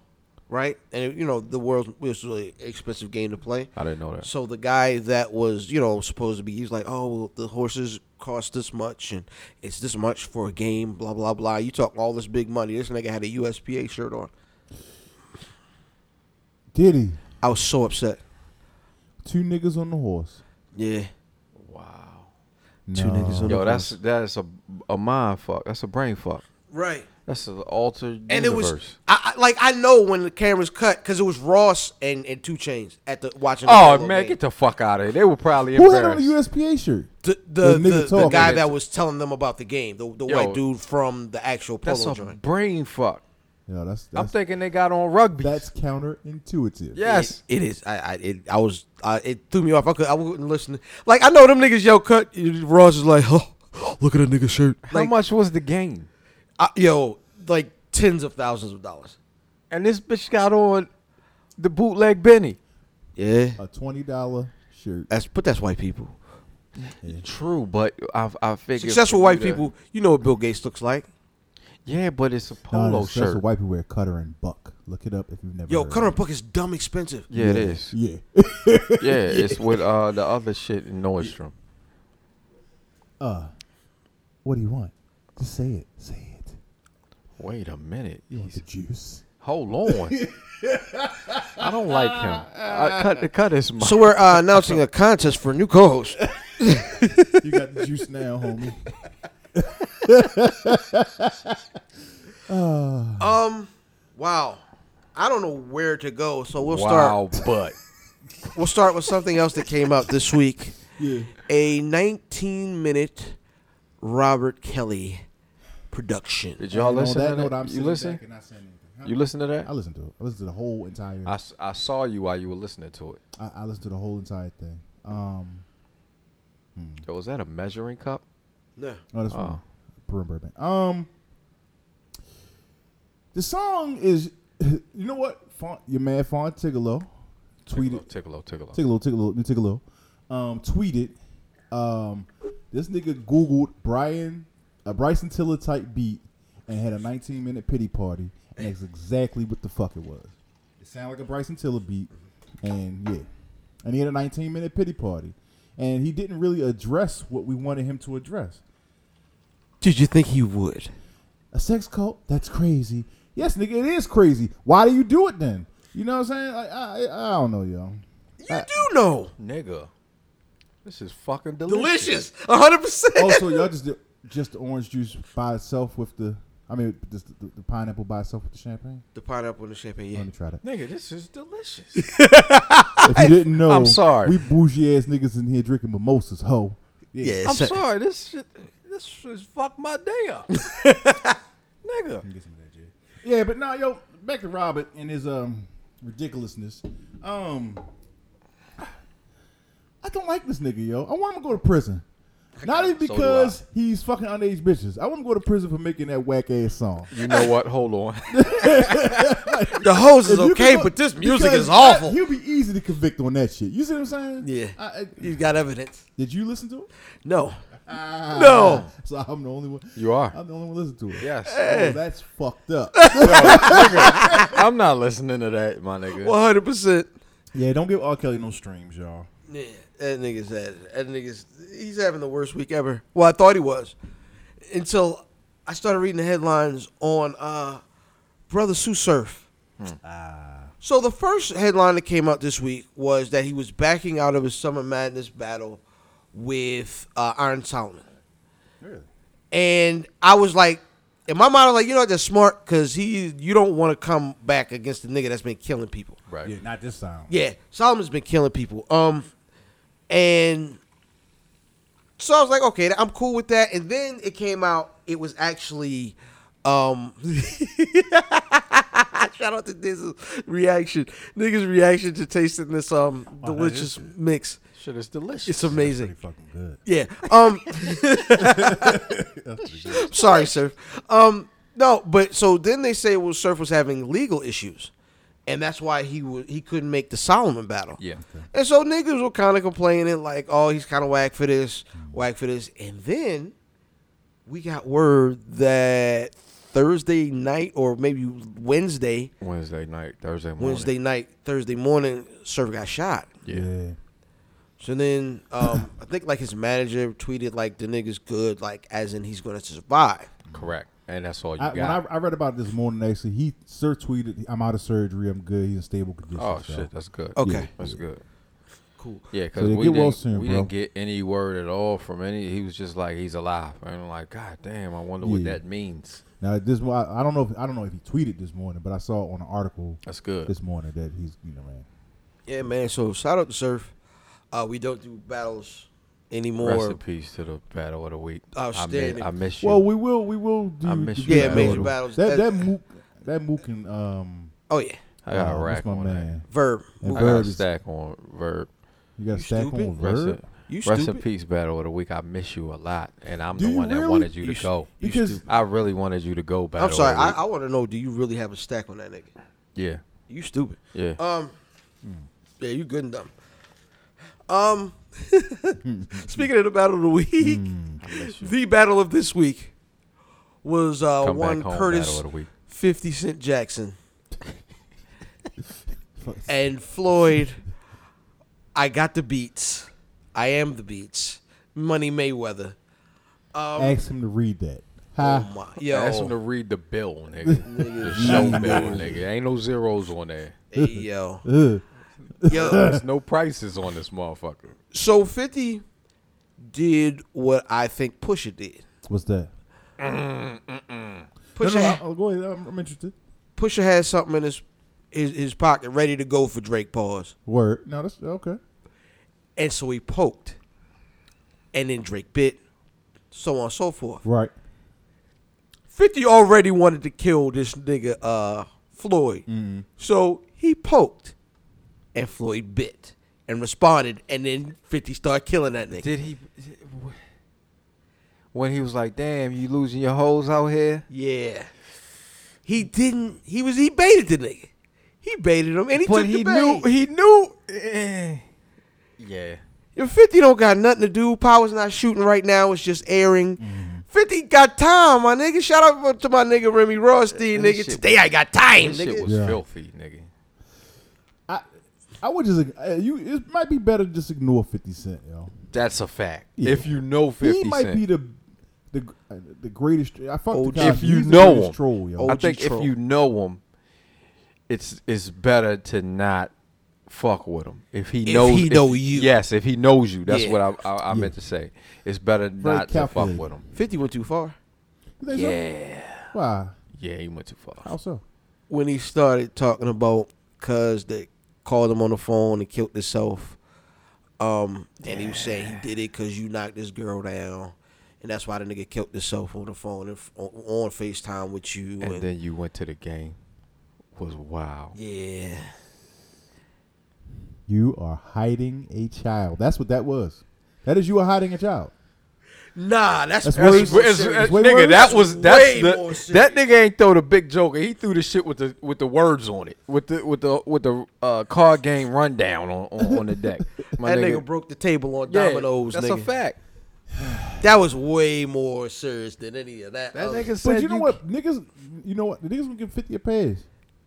Speaker 5: right? And you know the world's most really expensive game to play.
Speaker 6: I didn't know that.
Speaker 5: So the guy that was you know supposed to be, he's like, oh, well, the horses cost this much and it's this much for a game, blah blah blah. You talk all this big money. This nigga had a USPA shirt on.
Speaker 2: Did he?
Speaker 5: I was so upset.
Speaker 2: Two niggas on the horse.
Speaker 5: Yeah.
Speaker 6: Wow.
Speaker 5: Two
Speaker 2: Nah.
Speaker 5: niggas on-
Speaker 6: Yo, that's that's a a mind fuck. That's a brain fuck.
Speaker 5: Right.
Speaker 6: That's an altered
Speaker 5: And
Speaker 6: universe.
Speaker 5: it was I, I, like I know when the cameras cut because it was Ross and, and Two Chains at the watching. the
Speaker 6: Oh
Speaker 5: polo
Speaker 6: man,
Speaker 5: game.
Speaker 6: get the fuck out of here. They were probably
Speaker 2: Who had on a
Speaker 6: embarrassed.
Speaker 2: USPA shirt?
Speaker 5: the the,
Speaker 2: The nigga
Speaker 5: the, the
Speaker 2: talking.
Speaker 5: guy that was telling them about the game, the, the
Speaker 6: Yo.
Speaker 5: white dude from the actual polo
Speaker 6: that's a
Speaker 5: joint.
Speaker 6: brain fuck.
Speaker 2: Yeah, that's
Speaker 6: I'm
Speaker 2: that's,
Speaker 6: thinking they got on rugby.
Speaker 2: that's counterintuitive.
Speaker 6: yes.
Speaker 5: It- it is. I I, it, I was. I, it threw me off. I could. I wouldn't listen. Like I know them niggas. Yo, cut. Ross is like, oh, look at that nigga shirt.
Speaker 6: How
Speaker 5: Like,
Speaker 6: much was the game?
Speaker 5: I, yo, like tens of thousands of dollars.
Speaker 6: And this bitch got on the bootleg Benny.
Speaker 5: Yeah,
Speaker 2: A twenty dollar shirt.
Speaker 5: that's but that's white people.
Speaker 6: True, but I I figure
Speaker 5: Successful
Speaker 6: if you
Speaker 5: white
Speaker 6: do that-
Speaker 5: people. You know what Bill Gates looks like.
Speaker 6: Yeah, but it's a
Speaker 2: Nah,
Speaker 6: polo
Speaker 2: that's-
Speaker 6: shirt.
Speaker 2: That's what white people wear. Cutter and buck. Look it up if you've never.
Speaker 5: Yo,
Speaker 2: heard
Speaker 5: Cutter
Speaker 2: of
Speaker 5: and Buck is dumb expensive.
Speaker 6: yeah, it is.
Speaker 2: it. Yeah.
Speaker 6: Yeah, it's with uh the other shit in Nordstrom.
Speaker 2: Uh, what do you want? Just say it. Say it.
Speaker 6: Wait a minute.
Speaker 2: You want the juice?
Speaker 6: Hold on. I don't like him. I cut cut his mouth.
Speaker 5: So we're uh, announcing a contest for a new co-host.
Speaker 2: You got the juice now, homie.
Speaker 5: Um, wow. I don't know where to go, so we'll
Speaker 6: wow, but
Speaker 5: start. We'll start with something else that came out this week.
Speaker 2: Yeah.
Speaker 5: A 19-minute Robert Kelly production.
Speaker 6: did y'all
Speaker 2: And on
Speaker 6: listen
Speaker 2: that
Speaker 6: to
Speaker 2: note,
Speaker 6: that?
Speaker 2: I'm
Speaker 6: You
Speaker 2: sitting
Speaker 6: listen?
Speaker 2: back and not saying anything. Huh?
Speaker 6: You listen to
Speaker 2: I
Speaker 6: that?
Speaker 2: listened to it. I listened to the whole entire.
Speaker 6: I, s- I saw you while you were listening to it.
Speaker 2: I, I listened to the whole entire thing. Um,
Speaker 6: Yo, was that a measuring cup?
Speaker 5: No.
Speaker 2: oh, that's
Speaker 6: Oh.
Speaker 2: oh. Broom Bourbon. Um, the song is, you know what? Font, your man Font Tigolo tweeted.
Speaker 6: Tickle, tickle, tickle.
Speaker 2: Tigolo, Tigolo, New Tigolo, um, tweeted, um, this nigga Googled Brian, a Bryson Tiller type beat and had a 19 minute pity party, and that's exactly what the fuck it was. It sounded like a Bryson Tiller beat, and yeah. And he had a 19 minute pity party, and he didn't really address what we wanted him to address.
Speaker 5: Did you think he would?
Speaker 2: A sex cult? That's crazy. Yes, nigga, it is crazy. Why do you do it then? You know what I'm saying? Like, I, I, I don't know, yo.
Speaker 5: You do know.
Speaker 6: Nigga, this is fucking delicious.
Speaker 5: Delicious. 100%.
Speaker 2: also, Oh, y'all just did just the orange juice by itself with the. I mean, just the, the pineapple by itself with the champagne.
Speaker 5: The pineapple and the champagne, yeah.
Speaker 2: Let me try that.
Speaker 6: Nigga, this is delicious.
Speaker 2: If you didn't know,
Speaker 6: I'm sorry.
Speaker 2: We bougie ass niggas in here drinking mimosas, ho.
Speaker 5: Yeah,
Speaker 6: I'm
Speaker 5: so-
Speaker 6: sorry, this shit, this is fuck my day up. Nigga,
Speaker 2: Yeah, but no, yo, back to Robert and his um ridiculousness. Um, I don't like this nigga, yo. I want him to go to prison. Not even
Speaker 6: do
Speaker 2: because he's fucking underage bitches. I want him to go to prison for making that whack ass song.
Speaker 6: you know what? Hold on.
Speaker 5: The hose is
Speaker 2: If you
Speaker 5: okay,
Speaker 2: could-
Speaker 5: but this music
Speaker 2: because
Speaker 5: is awful.
Speaker 2: I- he'll be easy to convict on that shit. You see what I'm saying?
Speaker 5: yeah.
Speaker 2: I, I,
Speaker 5: He's got evidence.
Speaker 2: did you listen to it?
Speaker 5: No. Ah. no.
Speaker 2: So I'm the only one.
Speaker 6: You are.
Speaker 2: I'm the only one listening to it.
Speaker 6: Yes,
Speaker 2: Oh, that's fucked up.
Speaker 6: I'm not listening to that, my nigga.
Speaker 5: 100%.
Speaker 2: yeah, don't give R. Kelly no streams, y'all.
Speaker 5: Yeah, that nigga's had that nigga's he's having the worst week ever. Well, I thought he was until I started reading the headlines on uh, Brother Sue Surf. So the first headline that came out this week was that he was backing out of his Summer Madness battle with uh, Iron Solomon. And I was like, in my mind, I was like, you know what, that's smart because he, you don't want to come back against the nigga that's been killing people.
Speaker 6: Right.
Speaker 2: Yeah, not this sound.
Speaker 5: Yeah, Solomon's been killing people. Um, and so I was like, okay, I'm cool with that. And then it came out it was actually Um, shout out to Diz's reaction, niggas' reaction to tasting this um delicious mix.
Speaker 6: Shit is delicious.
Speaker 5: It's amazing.
Speaker 2: fucking good.
Speaker 5: Yeah. Um Sorry, sir. Um no, but so then they say well Surf was having legal issues. And that's why he wa he couldn't make the Solomon battle.
Speaker 6: Yeah.
Speaker 5: And so niggas were kind of complaining like, "Oh, he's kind of whack for this, whack for this." And then we got word that Thursday night or maybe Wednesday,
Speaker 6: Wednesday night, Thursday morning.
Speaker 5: Wednesday night, Thursday morning, Surf got shot.
Speaker 6: Yeah.
Speaker 5: So then, um, I think like his manager tweeted like the nigga's good, like as in he's gonna survive.
Speaker 6: Correct. And that's all you
Speaker 2: I, when I,
Speaker 6: got.
Speaker 2: I read about it this morning, actually, he sir tweeted, "I'm out of surgery. I'm good. He's in stable condition."
Speaker 6: oh
Speaker 2: so.
Speaker 6: shit, that's good.
Speaker 5: Okay.
Speaker 6: Yeah, that's good.
Speaker 5: Cool.
Speaker 6: Yeah, because
Speaker 2: they
Speaker 6: we,
Speaker 2: get well
Speaker 6: didn't,
Speaker 2: soon,
Speaker 6: we
Speaker 2: bro.
Speaker 6: didn't get any word at all from any. He was just like, he's alive. And I'm like, God damn, I wonder what
Speaker 2: Yeah.
Speaker 6: that means.
Speaker 2: Now this, why- I don't know. If, I don't know if he tweeted this morning, but I saw on an article
Speaker 6: That's good.
Speaker 2: this morning that he's, you know, man.
Speaker 5: Yeah, man. So shout out to Surf. Uh, we don't do battles
Speaker 6: Rest
Speaker 5: anymore.
Speaker 6: in peace to the battle of the week.
Speaker 5: Outstanding.
Speaker 6: I miss, I miss you.
Speaker 2: Well, we will, we will do.
Speaker 6: I miss
Speaker 2: the
Speaker 6: you,
Speaker 2: big
Speaker 6: Yeah, major
Speaker 5: battles.
Speaker 2: That that
Speaker 5: That-
Speaker 2: Mook, that Mook and um,
Speaker 5: Oh yeah,
Speaker 6: I got
Speaker 2: uh,
Speaker 6: a
Speaker 2: what's
Speaker 6: rack
Speaker 2: my
Speaker 6: on
Speaker 2: man?
Speaker 5: Verb.
Speaker 2: And
Speaker 6: that. I got
Speaker 2: Verb
Speaker 6: a
Speaker 2: is-
Speaker 6: stack on Verb.
Speaker 2: You got
Speaker 5: You
Speaker 2: stack
Speaker 5: stupid?
Speaker 2: on
Speaker 6: Rest,
Speaker 2: Verb.
Speaker 6: in,
Speaker 5: You
Speaker 6: rest in
Speaker 5: stupid.
Speaker 6: peace, battle of the week. I miss you a lot, and I'm
Speaker 2: Do
Speaker 6: the
Speaker 2: you
Speaker 6: one
Speaker 2: really?
Speaker 6: that wanted you
Speaker 2: You
Speaker 6: to go.
Speaker 2: Because
Speaker 6: I really wanted you to go, battle.
Speaker 5: I'm sorry.
Speaker 6: Of the
Speaker 5: I,
Speaker 6: week.
Speaker 5: I want to know. Do you really have a stack on that nigga?
Speaker 6: yeah,
Speaker 5: You stupid.
Speaker 6: yeah.
Speaker 5: Um. Yeah, you good and dumb. Um. speaking of the battle of the week,
Speaker 6: Mm,
Speaker 5: the battle of this week was uh,
Speaker 6: Come
Speaker 5: one
Speaker 6: back home,
Speaker 5: Curtis
Speaker 6: battle of the week.
Speaker 5: 50 Cent Jackson and Floyd. I got the beats. I am the beats. Money Mayweather.
Speaker 2: ask him to read that.
Speaker 5: Oh
Speaker 2: Ha.
Speaker 5: my.
Speaker 6: Ask him to
Speaker 5: Yo.
Speaker 6: read Ah. the bill, nigga. the show bill, nigga. Ain't no zeros on there.
Speaker 5: Hey, yo.
Speaker 2: Ugh.
Speaker 5: Yo.
Speaker 6: There's no prices on this motherfucker.
Speaker 5: So 50 did what I think Pusha did.
Speaker 2: What's that? No,
Speaker 5: Pusha,
Speaker 2: no,
Speaker 5: had-
Speaker 2: I- oh, go ahead. I'm, I'm interested.
Speaker 5: Pusha had something in his, his his pocket ready to go for Drake pause.
Speaker 2: Word. No, that's okay.
Speaker 5: And so he poked. And then Drake bit. So on and so forth.
Speaker 2: Right.
Speaker 5: 50 already wanted to kill this nigga uh, Floyd.
Speaker 6: Mm-hmm.
Speaker 5: So he poked and Floyd bit and responded and then 50 started killing that nigga.
Speaker 6: Did he? When he was like, "Damn, you losing your hoes out here."
Speaker 5: Yeah. He didn't he was he baited the nigga. He baited him and he
Speaker 6: but
Speaker 5: took
Speaker 6: he
Speaker 5: the bait.
Speaker 6: knew. He knew. eh. Yeah.
Speaker 5: If 50 don't got nothing to do, Power's not shooting right now, it's just airing. 50 got time, my nigga. Shout out to my nigga Remy Rothstein,
Speaker 6: That
Speaker 5: nigga.
Speaker 6: shit-
Speaker 5: Today I got time,
Speaker 6: This
Speaker 5: nigga.
Speaker 6: shit was
Speaker 2: Yeah.
Speaker 6: filthy, nigga.
Speaker 2: I I would just uh, you. It might be better to just ignore Fifty Cent, yo.
Speaker 6: That's a fact.
Speaker 2: Yeah.
Speaker 6: If you know
Speaker 2: he
Speaker 6: Fifty
Speaker 2: might
Speaker 6: Cent.
Speaker 2: be the the uh, the greatest. I fuck
Speaker 5: Oh,
Speaker 2: the guy.
Speaker 6: if you
Speaker 2: He's the
Speaker 6: know
Speaker 2: greatest
Speaker 6: him, Oh,
Speaker 2: troll, yo.
Speaker 6: I
Speaker 5: OG
Speaker 6: think
Speaker 5: troll.
Speaker 6: if you know him, it's it's better to not fuck with him. If he
Speaker 5: If
Speaker 6: knows,
Speaker 5: he know you.
Speaker 6: yes, if he knows you, that's
Speaker 5: Yeah.
Speaker 6: what I, I, I meant to say. It's better not to fuck
Speaker 2: calculated.
Speaker 6: with him.
Speaker 5: 50 went too far.
Speaker 2: You think so?
Speaker 6: Yeah,
Speaker 2: Why?
Speaker 6: yeah, he went too far.
Speaker 2: How so?
Speaker 5: when he started talking about cuz that called him on the phone and killed himself. Um, and he was saying he did it because you knocked this girl down, and that's why the nigga killed himself on the phone and f- on, on Facetime with you. And
Speaker 6: And then you went to the game. Was wow.
Speaker 5: yeah,
Speaker 2: You are hiding a child. That's what that was. That is you are hiding a child.
Speaker 5: nah, that's,
Speaker 2: That's
Speaker 5: that's
Speaker 2: worse.
Speaker 5: more
Speaker 2: It's-
Speaker 5: serious.
Speaker 2: it's- Way worse.
Speaker 6: nigga, that was that's
Speaker 5: Way more
Speaker 6: the,
Speaker 5: serious.
Speaker 6: that nigga ain't throw the big joker. He threw the shit with the with the words on it, with the with the with the uh, card game rundown on, on, on the deck. My
Speaker 5: That nigga broke the table on
Speaker 6: Yeah,
Speaker 5: dominoes.
Speaker 6: That's
Speaker 5: nigga.
Speaker 6: a fact.
Speaker 5: That was way more serious than any of that.
Speaker 6: That
Speaker 5: other-
Speaker 6: nigga said
Speaker 2: But you know what, niggas? You know what? The niggas gonna give fifty a pass.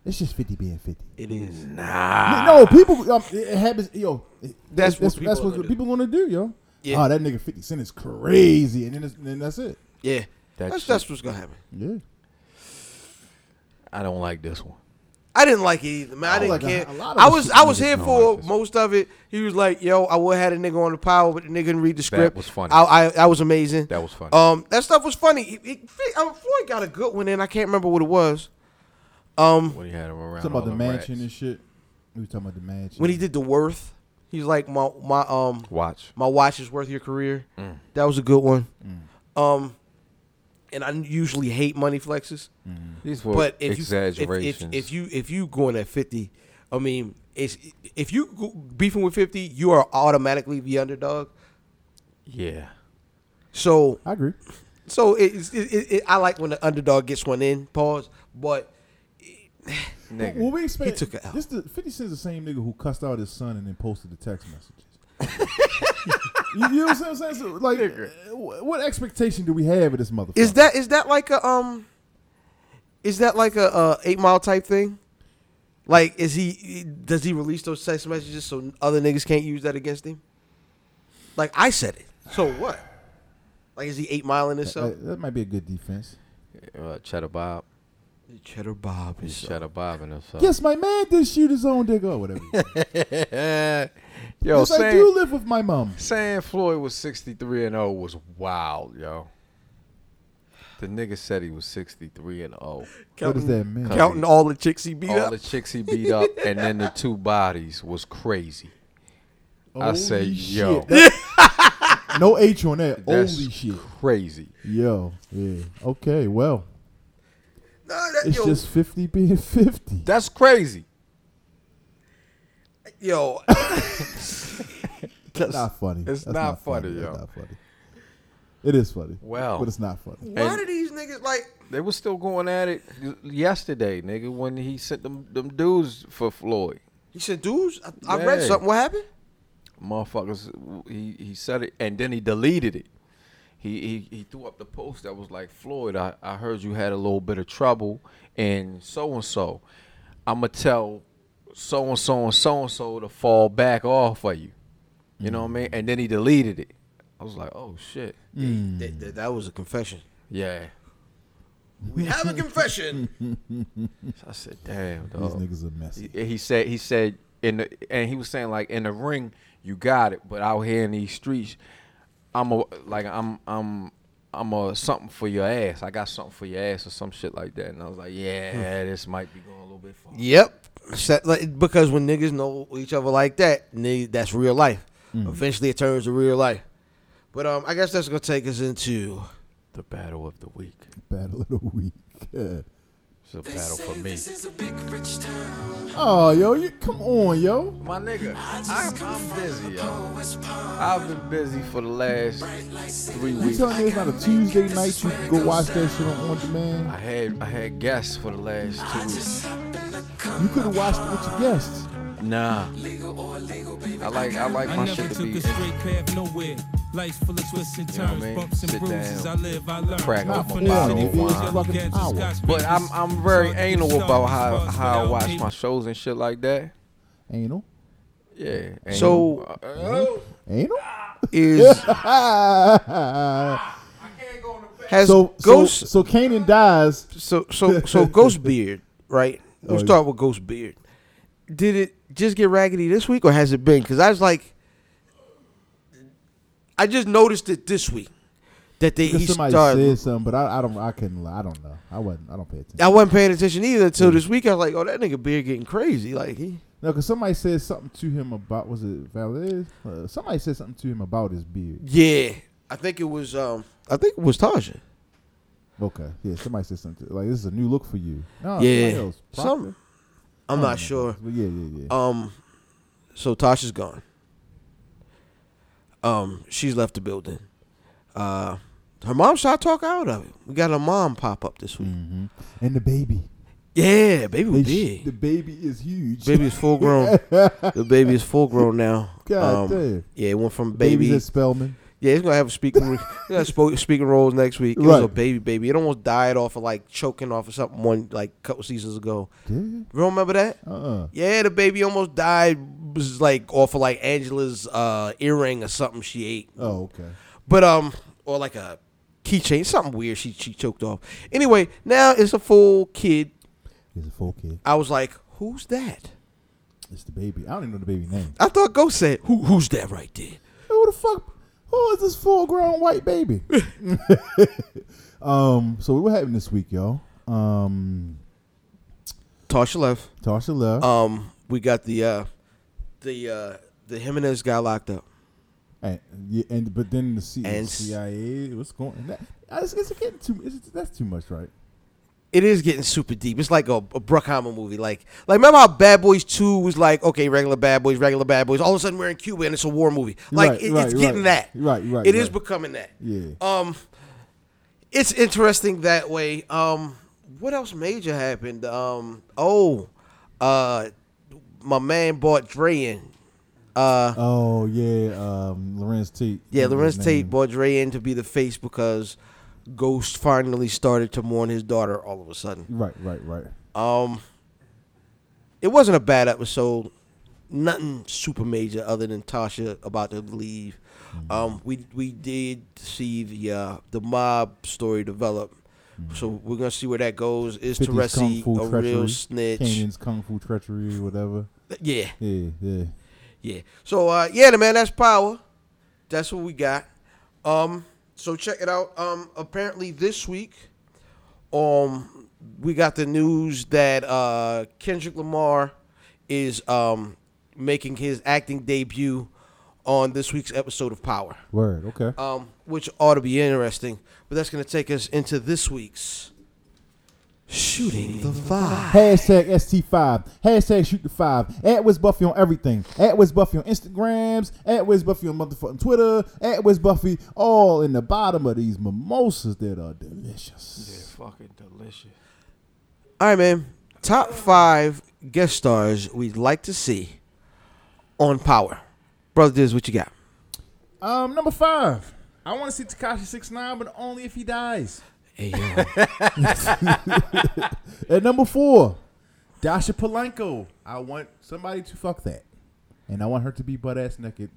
Speaker 2: It's just fifty being fifty.
Speaker 5: It is.
Speaker 2: No, people. Um, it happens, yo. it-
Speaker 5: That's
Speaker 2: that's
Speaker 5: what
Speaker 2: that's
Speaker 5: people
Speaker 2: what
Speaker 5: gonna
Speaker 2: people gonna do, yo.
Speaker 5: Yeah.
Speaker 2: Oh, that nigga Fifty Cent is crazy, and then, it's, then that's it.
Speaker 5: Yeah, that's
Speaker 6: shit-
Speaker 5: that's what's gonna happen.
Speaker 2: Yeah.
Speaker 6: I don't like this one.
Speaker 5: I didn't like it either, man. I, didn't
Speaker 2: like a-
Speaker 5: care.
Speaker 2: a lot of
Speaker 5: I
Speaker 2: the
Speaker 5: was
Speaker 2: shit
Speaker 5: I was
Speaker 2: niggas
Speaker 5: here
Speaker 6: don't
Speaker 5: for
Speaker 6: like this.
Speaker 5: most of it. He was like, "Yo, I would have had a nigga on the power, but the nigga didn't read the script."
Speaker 6: was funny.
Speaker 5: I, I that was amazing.
Speaker 6: That was funny.
Speaker 5: Um, that stuff was funny. He- he- F- um, Floyd got a good one in. I can't remember what it was. Um,
Speaker 6: When he had him around.
Speaker 2: Talking
Speaker 6: all
Speaker 2: about the
Speaker 6: them
Speaker 2: mansion and
Speaker 6: rats.
Speaker 2: shit. We were talking about the mansion.
Speaker 5: when he did the worth, he's like, "My my um
Speaker 6: Watch.
Speaker 5: my watch is worth your career." That was a good one. Um, and I usually hate money flexes.
Speaker 6: These were
Speaker 5: but if
Speaker 6: exaggerations.
Speaker 5: You, if- if, if, you if you going at fifty, I mean, it's, if you go- beefing with fifty, you are automatically the underdog.
Speaker 6: yeah.
Speaker 5: So
Speaker 2: I agree.
Speaker 5: so it's, it, it, it, I like when the underdog gets one in. Pause. But
Speaker 6: Nigga.
Speaker 2: Well, we expect
Speaker 5: took a L.
Speaker 2: This the, Fifty Cent's the same nigga who cussed out his son and then posted the text messages. you, you know what I'm saying? So, like, wh- what expectation do we have of this motherfucker?
Speaker 5: is that is that like a um, is that like a uh, eight mile type thing? Like, is he does he release those text messages so other niggas can't use that against him? Like I said it. So what? Like, is he eight miling this
Speaker 2: Uh,
Speaker 5: up?
Speaker 2: that might be a good defense?
Speaker 6: Uh, Cheddar Bob.
Speaker 5: Cheddar Bob
Speaker 6: He's Cheddar Bob and
Speaker 5: Oh.
Speaker 6: himself.
Speaker 2: Yes, my man did shoot his own dick or whatever.
Speaker 6: yo,
Speaker 2: yes, I do
Speaker 6: saying,
Speaker 2: live with my mom.
Speaker 6: saying Floyd was 63 and 0 was wild, yo. The nigga said he was 63 and 0.
Speaker 2: What does that mean?
Speaker 5: counting all the chicks he beat
Speaker 6: All
Speaker 5: up.
Speaker 6: the chicks he beat up, and then the two bodies was crazy. I
Speaker 2: Holy
Speaker 6: say,
Speaker 2: shit.
Speaker 6: yo,
Speaker 2: That- no H on that.
Speaker 6: that's
Speaker 2: Holy shit.
Speaker 6: crazy.
Speaker 2: Yo. Yeah. Okay. Well,
Speaker 5: Nah, that-
Speaker 2: it's
Speaker 5: yo,
Speaker 2: just fifty being fifty.
Speaker 6: That's crazy.
Speaker 5: yo,
Speaker 2: That's not funny.
Speaker 6: it's
Speaker 2: That's
Speaker 6: not funny, yo.
Speaker 2: That's not funny. It is funny.
Speaker 6: Well.
Speaker 2: but it's not funny.
Speaker 5: why
Speaker 6: And-
Speaker 5: do these niggas like?
Speaker 6: They was still going at it y- yesterday, nigga, when he sent them them dudes for Floyd.
Speaker 5: He said, "Dudes, I, I read
Speaker 6: Yeah.
Speaker 5: something. What happened?"
Speaker 6: motherfuckers he, he said it and then he deleted it he, he he threw up the post that was like floyd i, I heard you had a little bit of trouble and so and so i'ma tell so and so and so and so to fall back off of you you know what i mean and then he deleted it i was like oh shit
Speaker 2: Hmm.
Speaker 5: That, that- that was a confession.
Speaker 6: yeah
Speaker 5: We have a confession.
Speaker 6: i said damn
Speaker 2: These
Speaker 6: dog.
Speaker 2: niggas are messy.
Speaker 6: he, he said he said in the and he was saying like in the ring you got it, but out here in these streets, I'm a like I'm I'm I'm a something for your ass. I got something for your ass or some shit like that. And I was like, yeah, this might be going a little bit far.
Speaker 5: yep, Set- like, because when niggas know each other like that, nigga, that's real life.
Speaker 2: Mm-hmm.
Speaker 5: Eventually, it turns to real life. But um, I guess that's gonna take us into
Speaker 6: The battle of the week.
Speaker 2: Battle of the week. Yeah.
Speaker 6: It's a battle for me,
Speaker 2: Oh, yo, you come on, yo.
Speaker 6: my nigga. I'm, I'm busy, yo. I've been busy for the last three
Speaker 2: You
Speaker 6: weeks.
Speaker 2: telling me it's not a Tuesday night you can go watch that shit on on demand?
Speaker 6: I had I had guests for the last two weeks.
Speaker 2: You could have watched it with your guests.
Speaker 6: Nah, I like I like
Speaker 7: I
Speaker 6: my
Speaker 7: never
Speaker 6: shit to
Speaker 7: took
Speaker 6: be
Speaker 7: a straight path nowhere. Life's full of twists and
Speaker 6: You know what I
Speaker 7: turns,
Speaker 6: mean?
Speaker 7: bumps and
Speaker 6: Sit
Speaker 7: bruises.
Speaker 6: down,
Speaker 7: I live, I learn.
Speaker 6: crack
Speaker 7: Up
Speaker 2: open
Speaker 7: from the
Speaker 2: a
Speaker 7: city,
Speaker 2: bottle of
Speaker 7: fields, yellow
Speaker 2: wine.
Speaker 7: gadgets,
Speaker 2: Hour.
Speaker 7: skyscrapers,
Speaker 6: But I'm I'm very
Speaker 7: stars,
Speaker 6: anal
Speaker 7: stars,
Speaker 6: about how
Speaker 7: stars
Speaker 6: how I
Speaker 7: without
Speaker 6: watch
Speaker 7: people.
Speaker 6: my shows and shit like that.
Speaker 2: Anal.
Speaker 6: Yeah. and-
Speaker 5: So-
Speaker 6: Uh, uh,
Speaker 2: Anal?
Speaker 5: is
Speaker 2: so,
Speaker 5: has
Speaker 2: so,
Speaker 5: Ghost
Speaker 2: so Kanan dies.
Speaker 5: So so so Ghost Beard, right? We'll
Speaker 2: Oh,
Speaker 5: start with Ghost Beard. Did it just get raggedy this week, or has it been? Because I was like, I just noticed it this week that they he
Speaker 2: somebody
Speaker 5: started.
Speaker 2: said something, but I, I don't. I couldn't. lie. I don't know. I wasn't. I don't pay attention.
Speaker 5: I wasn't paying attention either until this week. I was like, oh, that nigga Beard getting crazy. Like he,
Speaker 2: No, because somebody said something to him about was it Valdez? Uh, somebody said something to him about his beard.
Speaker 5: yeah. I think it was um. I think it was Tasha.
Speaker 2: Okay, yeah, somebody said something like this is a new look for you. No, somebody
Speaker 5: Yeah, Oh,
Speaker 2: else. Pro-
Speaker 5: some. I'm not sure.
Speaker 2: But yeah, yeah, yeah.
Speaker 5: Um, so Tasha's gone. Um, she's left the building. Uh, her mom shot talk out of it. We got her mom pop up this week.
Speaker 2: Mm-hmm. and the baby,
Speaker 5: Mm. Yeah, baby was
Speaker 2: They sh- the
Speaker 5: big.
Speaker 2: baby is huge.
Speaker 5: Baby is full grown. the baby is full grown now. Um,
Speaker 2: God damn.
Speaker 5: Yeah, it went from
Speaker 2: Baby's
Speaker 5: baby.
Speaker 2: at Spellman.
Speaker 5: yeah, it's gonna have a speaking. it's gonna have spo- speaking roles next week. It was
Speaker 2: Right.
Speaker 5: a baby, baby. It almost died off of like choking off of something one like couple seasons ago.
Speaker 2: Did
Speaker 5: Remember that?
Speaker 2: uh uh
Speaker 5: Yeah, the baby almost died. Was like off of like Angela's uh, earring or something she ate,
Speaker 2: Oh okay.
Speaker 5: but um, or like a keychain, something weird she she choked off. Anyway, now it's a full kid.
Speaker 2: He's a full kid.
Speaker 5: I was like, who's that?
Speaker 2: It's the baby. I don't even know the baby name.
Speaker 5: I thought Ghost said, Who, who's that right there?
Speaker 2: Who the fuck? Who is this full grown white baby? um. So what happened this week, y'all? Um.
Speaker 5: Tasha left.
Speaker 2: Tasha
Speaker 5: Uh,
Speaker 2: left.
Speaker 5: Um, we got the uh, the uh, the Jimenez guy locked up.
Speaker 2: And, yeah, and but then the C-
Speaker 5: And s-
Speaker 2: CIA, what's going? That, it's, it's getting too. It's, that's too much, right?
Speaker 5: It is getting super deep. It's like a, a Bruckheimer movie. Like, like remember how Bad Boys Two was like, okay, regular Bad Boys, regular Bad Boys. All of a sudden we're in Cuba and it's a war movie. Like
Speaker 2: Right,
Speaker 5: it,
Speaker 2: right,
Speaker 5: it's
Speaker 2: right.
Speaker 5: getting that.
Speaker 2: Right, right,
Speaker 5: It is
Speaker 2: right.
Speaker 5: becoming that.
Speaker 2: Yeah.
Speaker 5: Um, it's interesting that way. Um, what else major happened? Um, oh, uh, my man bought Dre in. Uh,
Speaker 2: Oh yeah, um, Lorenz Tate.
Speaker 5: yeah,
Speaker 2: His
Speaker 5: Lorenz
Speaker 2: name.
Speaker 5: Tate brought Dre in to be the face because Ghost finally started to mourn his daughter all of a sudden.
Speaker 2: Right, right, right.
Speaker 5: Um, it wasn't a bad episode. Nothing super major other than Tasha about to leave. Um, we we did see the uh, the mob story develop, so we're gonna see where that goes. Is
Speaker 2: 50's
Speaker 5: Teresi a real snitch?
Speaker 2: Kanan's kung fu treachery, whatever.
Speaker 5: Yeah,
Speaker 2: Yeah, yeah.
Speaker 5: yeah. So uh, yeah, the man, that's power. That's what we got. Um, so check it out. Um, apparently this week, um, we got the news that uh, Kendrick Lamar is um making his acting debut on this week's episode of Power,
Speaker 2: Word. Okay.
Speaker 5: um, which ought to be interesting. But that's gonna take us into this week's shooting the five.
Speaker 2: Hashtag ST5. Hashtag shoot the five. At Wiz Buffy on everything. At Wiz Buffy on Instagrams. At Wiz Buffy on motherfucking Twitter. At Wiz Buffy all in the bottom of these mimosas that are delicious.
Speaker 6: Fucking delicious.
Speaker 5: All right, man. Top five guest stars we'd like to see on Power. Brother Diz, what you got?
Speaker 2: Um, number five. I want to see Takashi Six Nine, but only if he dies.
Speaker 5: Hey, yo.
Speaker 2: At number four, Dasha Polanco. I want somebody to fuck that, Mm. and I want her to be butt ass naked.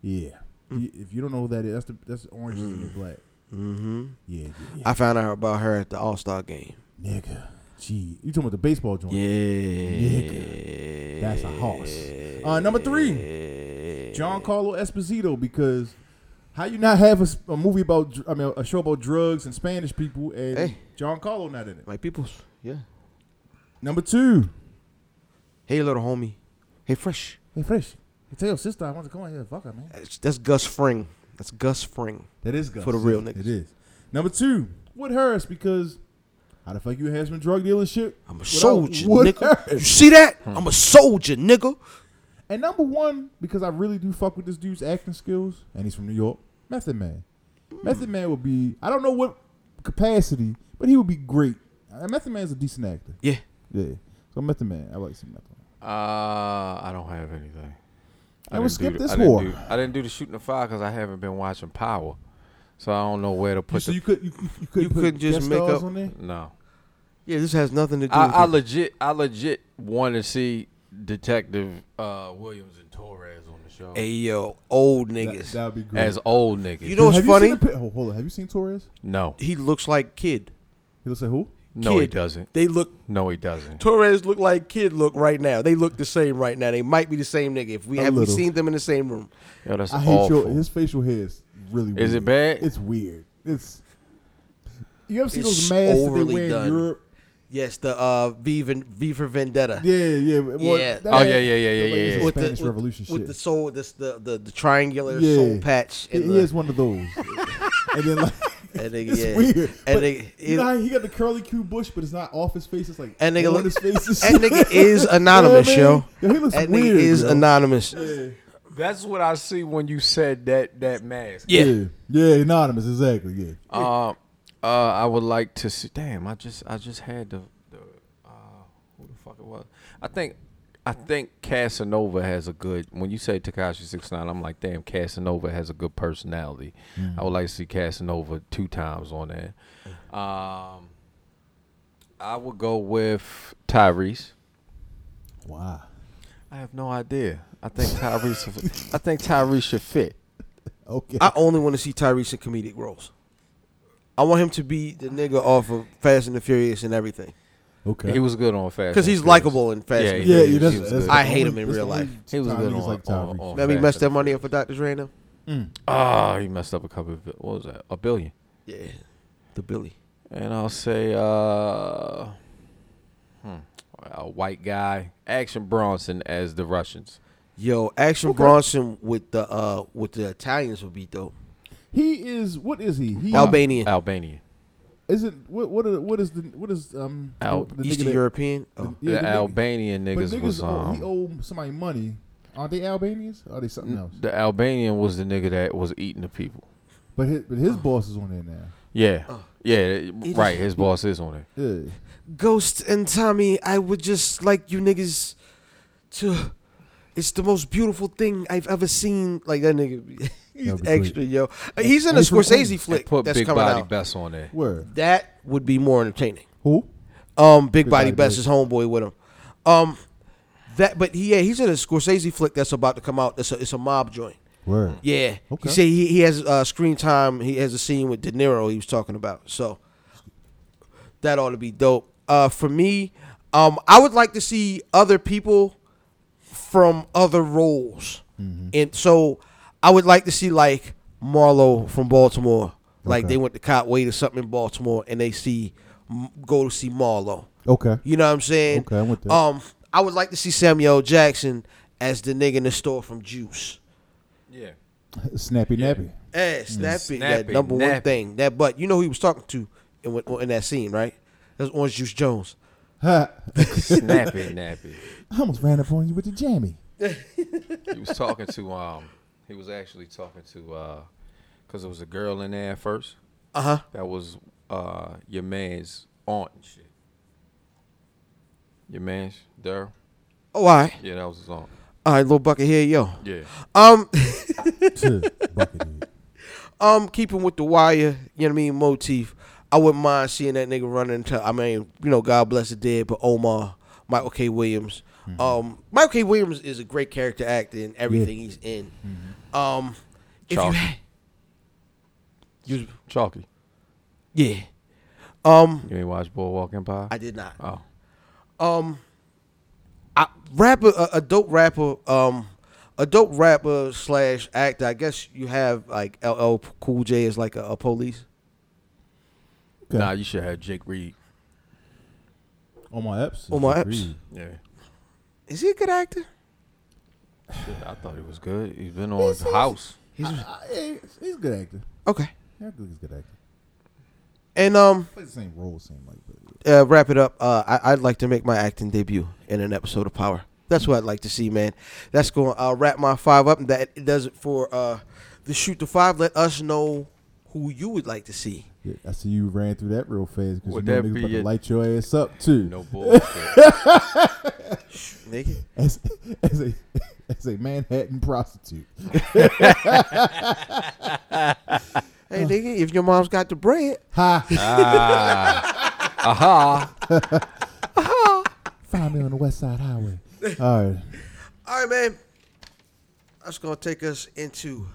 Speaker 2: Yeah. Y- If you don't know who that is, that's the that's orange is the New black. Mm-hmm. Yeah, yeah,
Speaker 5: I found out about her at the All Star game.
Speaker 2: yeah. nigga. Gee, you talking about the baseball joint? Nigga. That's a horse. Uh, number three, John Carlo Esposito, because how you not have a, s- a movie about, dr- I mean, a show about drugs and Spanish people and
Speaker 5: Hey.
Speaker 2: John Carlo not in it.
Speaker 5: My peoples. Yeah.
Speaker 2: Number two,
Speaker 5: Hey, little homie. Hey, Fresh.
Speaker 2: hey, Fresh, tell your sister I want to come in here and fuck her, man.
Speaker 5: That's, that's Gus Fring. That's Gus Fring.
Speaker 2: That is Gus.
Speaker 5: For the real niggas.
Speaker 2: It is. Number two, Wood Harris, because how the fuck you had some drug dealership?
Speaker 5: I'm a
Speaker 2: without
Speaker 5: soldier,
Speaker 2: Wood
Speaker 5: nigga. You
Speaker 2: Harris?
Speaker 5: see that? I'm a soldier, nigga.
Speaker 2: And number one, because I really do fuck with this dude's acting skills, and he's from New York, Method Man. Method Man would be, I don't know what capacity, but he would be great. Uh, Method Man's a decent actor.
Speaker 5: Yeah.
Speaker 2: Yeah. So Method Man, I like some Method Man.
Speaker 6: Uh, I don't have anything.
Speaker 2: I would
Speaker 6: didn't do
Speaker 2: skip
Speaker 6: the-
Speaker 2: this
Speaker 6: I didn't
Speaker 2: war.
Speaker 6: do- I didn't do the shooting the fire because I haven't been watching Power, so I don't know where to put
Speaker 2: so
Speaker 6: the.
Speaker 2: you could you, you, you couldn't
Speaker 5: You
Speaker 2: put
Speaker 5: couldn't just
Speaker 2: guest
Speaker 5: make
Speaker 2: stars
Speaker 5: up-
Speaker 2: on there?
Speaker 6: no,
Speaker 5: Yeah, this has nothing to do
Speaker 6: I,
Speaker 5: with
Speaker 6: I
Speaker 5: it.
Speaker 6: legit, I legit want to see Detective uh, Williams and Torres on the show
Speaker 5: Hey, yo. Old
Speaker 2: That,
Speaker 5: niggas.
Speaker 2: that'd be great.
Speaker 6: as old niggas.
Speaker 5: You know what's
Speaker 2: have
Speaker 5: funny?
Speaker 2: You seen the, pi- oh, hold on. Have you seen Torres?
Speaker 6: no,
Speaker 5: he looks like Kid.
Speaker 2: He looks like who?
Speaker 6: no, he
Speaker 5: Kid.
Speaker 6: doesn't.
Speaker 5: They look
Speaker 6: No, he doesn't.
Speaker 5: Torres look like Kid look right now. They look the same right now. They might be the same nigga if we
Speaker 2: A
Speaker 5: haven't
Speaker 2: little.
Speaker 5: seen them in the same room.
Speaker 6: Yo, that's
Speaker 2: I hate
Speaker 6: awful.
Speaker 2: your his facial hair is really. weird.
Speaker 6: Is it bad?
Speaker 2: It's weird. It's. You ever see
Speaker 5: It's
Speaker 2: those masks that they
Speaker 5: overly
Speaker 2: wear
Speaker 5: done.
Speaker 2: in Europe?
Speaker 5: Yes, the uh, V, Ven- v for Vendetta.
Speaker 2: Yeah, yeah. Well,
Speaker 5: Yeah.
Speaker 2: that
Speaker 6: Oh,
Speaker 2: had-
Speaker 6: yeah, yeah, yeah, yeah,
Speaker 2: like,
Speaker 6: yeah,
Speaker 2: it's
Speaker 6: yeah.
Speaker 2: a
Speaker 5: With the-
Speaker 2: Spanish
Speaker 5: with-
Speaker 2: Revolution
Speaker 5: with
Speaker 2: shit.
Speaker 5: the soul, this the the, the triangular
Speaker 2: Yeah.
Speaker 5: soul patch.
Speaker 2: He-
Speaker 5: And
Speaker 2: he
Speaker 5: the,
Speaker 2: is one of those. and then like
Speaker 5: and nigga,
Speaker 2: it's
Speaker 5: yeah.
Speaker 2: weird.
Speaker 5: And
Speaker 2: but
Speaker 5: nigga,
Speaker 2: you know
Speaker 5: it-
Speaker 2: how he got the curly Q bush, but it's not off his face. It's like
Speaker 5: And nigga
Speaker 2: on
Speaker 5: look-
Speaker 2: his face. and
Speaker 5: that
Speaker 2: shit.
Speaker 5: nigga is anonymous,
Speaker 2: Yeah,
Speaker 5: yo.
Speaker 2: man. Yo, he looks
Speaker 5: That nigga
Speaker 2: weird,
Speaker 5: is
Speaker 2: yo.
Speaker 5: anonymous.
Speaker 6: That's what I see when you said that that mask.
Speaker 5: Yeah.
Speaker 2: yeah, yeah, anonymous, exactly. Yeah,
Speaker 6: Uh, uh, I would like to see. Damn, I just I just had the the uh, who the fuck it was. I think I think Casanova has a good. When you say Takashi Six Nine, I'm like, damn, Casanova has a good personality. I would like to see Casanova two times on that. Um, I would go with Tyrese.
Speaker 2: wow.
Speaker 6: I have no idea. I think Tyrese. I think Tyrese should fit.
Speaker 2: Okay,
Speaker 5: I only want to see Tyrese in comedic roles. I want him to be the nigga off of Fast and the Furious and everything
Speaker 2: okay.
Speaker 6: He was good on Fast.
Speaker 5: because
Speaker 6: and
Speaker 5: he's
Speaker 6: Furious.
Speaker 5: likable in Fast.
Speaker 6: Yeah,
Speaker 5: and
Speaker 6: he
Speaker 5: the
Speaker 2: yeah,
Speaker 5: Furious.
Speaker 2: yeah, that's,
Speaker 6: was
Speaker 2: that's
Speaker 6: good.
Speaker 2: the
Speaker 5: I hate
Speaker 2: only-
Speaker 5: him in
Speaker 2: that's
Speaker 5: real
Speaker 2: the only
Speaker 5: life.
Speaker 6: He was
Speaker 2: time
Speaker 6: good
Speaker 2: he's
Speaker 6: on-
Speaker 2: like
Speaker 6: on-
Speaker 2: Tyreek.
Speaker 6: on-
Speaker 5: Remember he
Speaker 6: Fast
Speaker 5: messed that
Speaker 6: and
Speaker 5: money up for Dr. Dre now?
Speaker 6: Ah, he messed up a couple. Of, what was that? A billion.
Speaker 5: Yeah, the Billy.
Speaker 6: And I'll say, uh, hmm, a white guy, Action Bronson as the Russians.
Speaker 5: Yo, Action Bronson with the uh with the Italians would be dope.
Speaker 2: He is what is he? He
Speaker 5: Albanian,
Speaker 6: Albania.
Speaker 2: is it what what are, what is the what is um
Speaker 6: Al-
Speaker 2: the nigga
Speaker 5: Eastern
Speaker 2: that-
Speaker 5: European. Oh.
Speaker 2: yeah,
Speaker 6: the
Speaker 2: nigga-
Speaker 6: Albanian
Speaker 2: but
Speaker 6: niggas, was
Speaker 2: owe- he
Speaker 6: um,
Speaker 2: owe somebody money. Are they Albanians? Or are they something else?
Speaker 6: the Albanian was the nigga that was eating the people.
Speaker 2: But his, but his boss is on there now.
Speaker 6: Yeah,
Speaker 5: Uh,
Speaker 6: yeah, right. His boss is on it.
Speaker 2: Yeah.
Speaker 5: Ghost and Tommy, I would just like you niggas to. It's the most beautiful thing I've ever seen. Like that nigga, he's
Speaker 2: That'd be
Speaker 5: extra,
Speaker 2: great.
Speaker 5: yo. Uh, He's in a
Speaker 2: And from
Speaker 5: Scorsese
Speaker 2: Queens.
Speaker 5: flick
Speaker 6: Put
Speaker 5: that's
Speaker 6: Big
Speaker 5: coming
Speaker 6: Body
Speaker 5: out.
Speaker 6: Bess on there.
Speaker 2: Where?
Speaker 5: that would be more entertaining.
Speaker 2: Who?
Speaker 5: Um, Big, Body,
Speaker 2: Body
Speaker 5: Best
Speaker 2: Best.
Speaker 5: is homeboy with him. Um, that but he yeah he's in a Scorsese flick that's about to come out. It's a it's a mob joint.
Speaker 2: Where?
Speaker 5: Yeah,
Speaker 2: Okay.
Speaker 5: he say he, he has uh, screen time. He has a scene with De Niro. He was talking about so that ought to be dope. Uh, for me, um, I would like to see other people from other roles,
Speaker 2: Mm-hmm.
Speaker 5: and so I would like to see like Marlo from Baltimore. Like
Speaker 2: Okay.
Speaker 5: they went to Cotway or something in Baltimore, and they see m- go to see Marlo.
Speaker 2: Okay.
Speaker 5: You know what I'm saying?
Speaker 2: Okay, I'm with that.
Speaker 5: Um, I would like to see Samuel L. Jackson as the nigga in the store from Juice.
Speaker 6: Yeah,
Speaker 2: Snappy nappy.
Speaker 5: Ass, snappy, that
Speaker 6: Snappy,
Speaker 5: number one
Speaker 6: nappy.
Speaker 5: thing. That butt. You know who he was talking to in, when- in that scene, right? That was Orange Juice Jones.
Speaker 2: Ha!
Speaker 6: snappy, nappy.
Speaker 2: I almost ran up on you with the jammy.
Speaker 6: He was talking to um, he was actually talking to uh, cause there was a girl in there at first.
Speaker 5: Uh huh.
Speaker 6: That was uh your man's aunt and shit. Your man's Daryl.
Speaker 5: Oh, all right.
Speaker 6: Yeah, that was his aunt.
Speaker 5: All right, little bucket here, yo.
Speaker 6: Yeah.
Speaker 5: Um,
Speaker 2: Tuh, bucket head.
Speaker 5: um, keeping with the wire, you know what I mean, motif. I wouldn't mind seeing that nigga running into, I mean, you know, God bless the dead, but Omar, Michael K. Williams. Um, Michael K. Williams is a great character actor in everything he's in. Um, if you,
Speaker 6: Chalky.
Speaker 5: had- you,
Speaker 6: Chalky.
Speaker 5: yeah. Um,
Speaker 6: You ain't watch Boardwalk Empire?
Speaker 5: I did not.
Speaker 6: oh.
Speaker 5: um I, rapper a, a dope rapper um a dope rapper slash actor i guess you have like ll cool j is like a, a police
Speaker 2: Okay.
Speaker 6: Nah, you should have Jake Reed.
Speaker 2: Omar Epps. is
Speaker 5: Omar
Speaker 2: a
Speaker 5: Epps.
Speaker 2: breed.
Speaker 6: Yeah.
Speaker 5: is he a good actor
Speaker 6: Shit, I thought he was good. He's been on the house.
Speaker 5: he's
Speaker 2: Ah, yeah, he's- he's a good actor.
Speaker 5: okay
Speaker 2: Yeah, I think he's a good actor.
Speaker 5: and um
Speaker 2: Plays the same role, seem like. But
Speaker 5: uh, wrap it up uh I, i'd like to make my acting debut in an episode of power that's what i'd like to see man that's going to uh, wrap my five up and that it does it for uh the shoot the five let us know who you would like to see
Speaker 2: yeah, I see you ran through that real fast because you
Speaker 6: Would
Speaker 2: know
Speaker 6: that
Speaker 2: niggas
Speaker 6: be
Speaker 2: about to
Speaker 6: a-
Speaker 2: light your ass up too.
Speaker 6: No bullshit.
Speaker 5: nigga
Speaker 2: As, as a as a Manhattan prostitute.
Speaker 5: hey nigga if your mom's got the bread
Speaker 2: Ha!
Speaker 6: Aha.
Speaker 2: Find me on the West Side Highway. All right.
Speaker 5: All right, man. That's gonna take us into